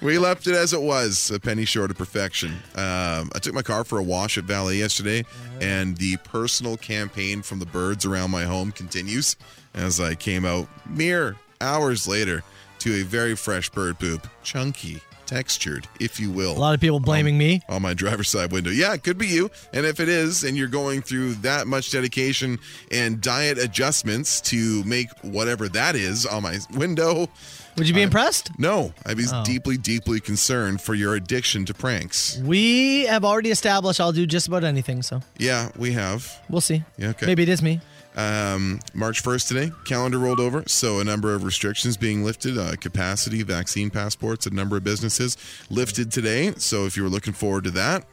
we left it as it was, a penny short of perfection. Um, I took my car for a wash at Valet yesterday, and the personal campaign from the birds around my home continues as I came out mere hours later to a very fresh bird poop, chunky, textured, if you will A lot of people blaming me. on my driver's side window. Yeah, it could be you. And if it is, and you're going through that much dedication and diet adjustments to make whatever that is on my window. Would you be impressed? No, I was Oh. deeply, deeply concerned for your addiction to pranks. We have already established I'll do just about anything, so Yeah, we have. we'll see. Yeah, okay. Maybe it is me. Um, March 1st today, calendar rolled over. So, a number of restrictions being lifted, uh, capacity, vaccine passports, a number of businesses lifted today. So, if you were looking forward to that,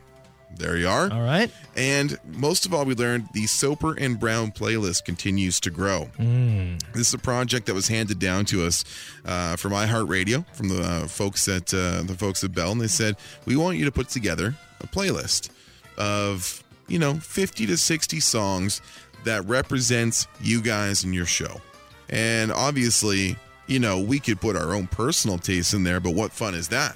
there you are. All right. And most of all, we learned the Soper and Brown playlist continues to grow. This is a project that was handed down to us uh, from iHeartRadio, from the uh, folks at uh, the folks at Bell, and they said we want you to put together a playlist of you know 50 to 60 songs that represents you guys and your show. And obviously, you know, we could put our own personal taste in there, but what fun is that?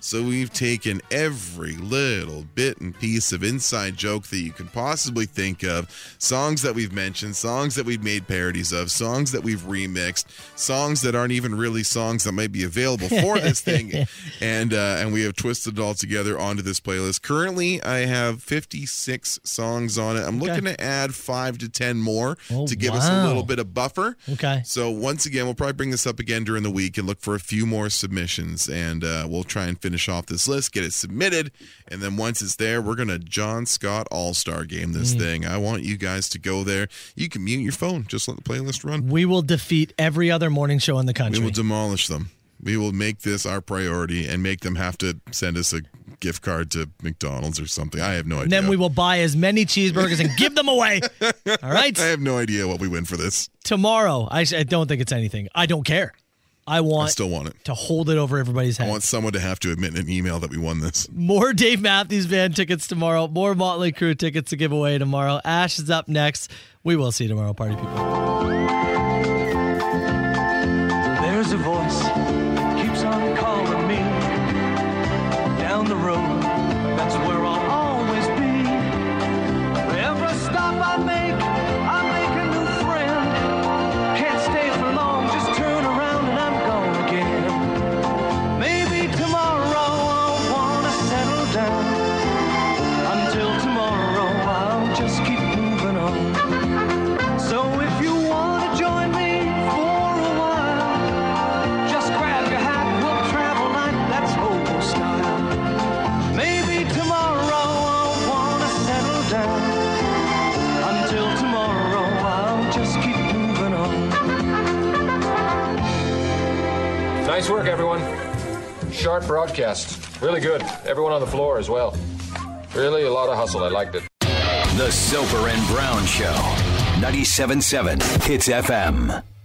So we've taken every little bit and piece of inside joke that you could possibly think of, songs that we've mentioned, songs that we've made parodies of, songs that we've remixed, songs that aren't even really songs that might be available for this thing, and uh, and we have twisted it all together onto this playlist. Currently, I have 56 songs on it. I'm looking to add five to ten more to give us a Oh, wow. little bit of buffer. Okay. So once again, we'll probably bring this up again during the week and look for a few more submissions, and uh, we'll try and finish off this list, get it submitted, and then once it's there, we're gonna John Scott All Star Game this Mm. thing. I want you guys to go there. You can mute your phone, just let the playlist run. We will defeat every other morning show in the country. We will demolish them. We will make this our priority and make them have to send us a gift card to McDonald's or something. I have no and idea. then we will buy as many cheeseburgers and give them away. All right. I have no idea what we win for this. Tomorrow, I, s- I don't think it's anything. I don't care. I want I still want it. to hold it over everybody's I head. want someone to have to admit in an email that we won this. More Dave Matthews Band tickets tomorrow. More Motley Crew tickets to give away tomorrow. Ash is up next. We will see you tomorrow, party people. There's a voice keeps on calling me down the road. That's where I'll always be. Every stop I make, I make a new friend. Can't stay for long, just turn around and I'm gone again. Maybe tomorrow I'll wanna settle down. Until tomorrow, I'll just keep moving on. So if you wanna join me for a while. Just grab your hat, we'll travel like that's old style. Maybe tomorrow I'll wanna settle down. Until tomorrow, I'll just keep moving on. Nice work, everyone. Sharp broadcast. Really good. Everyone on the floor as well. Really a lot of hustle. I liked it. The Soper and Brown Show. 97.7 Hits FM.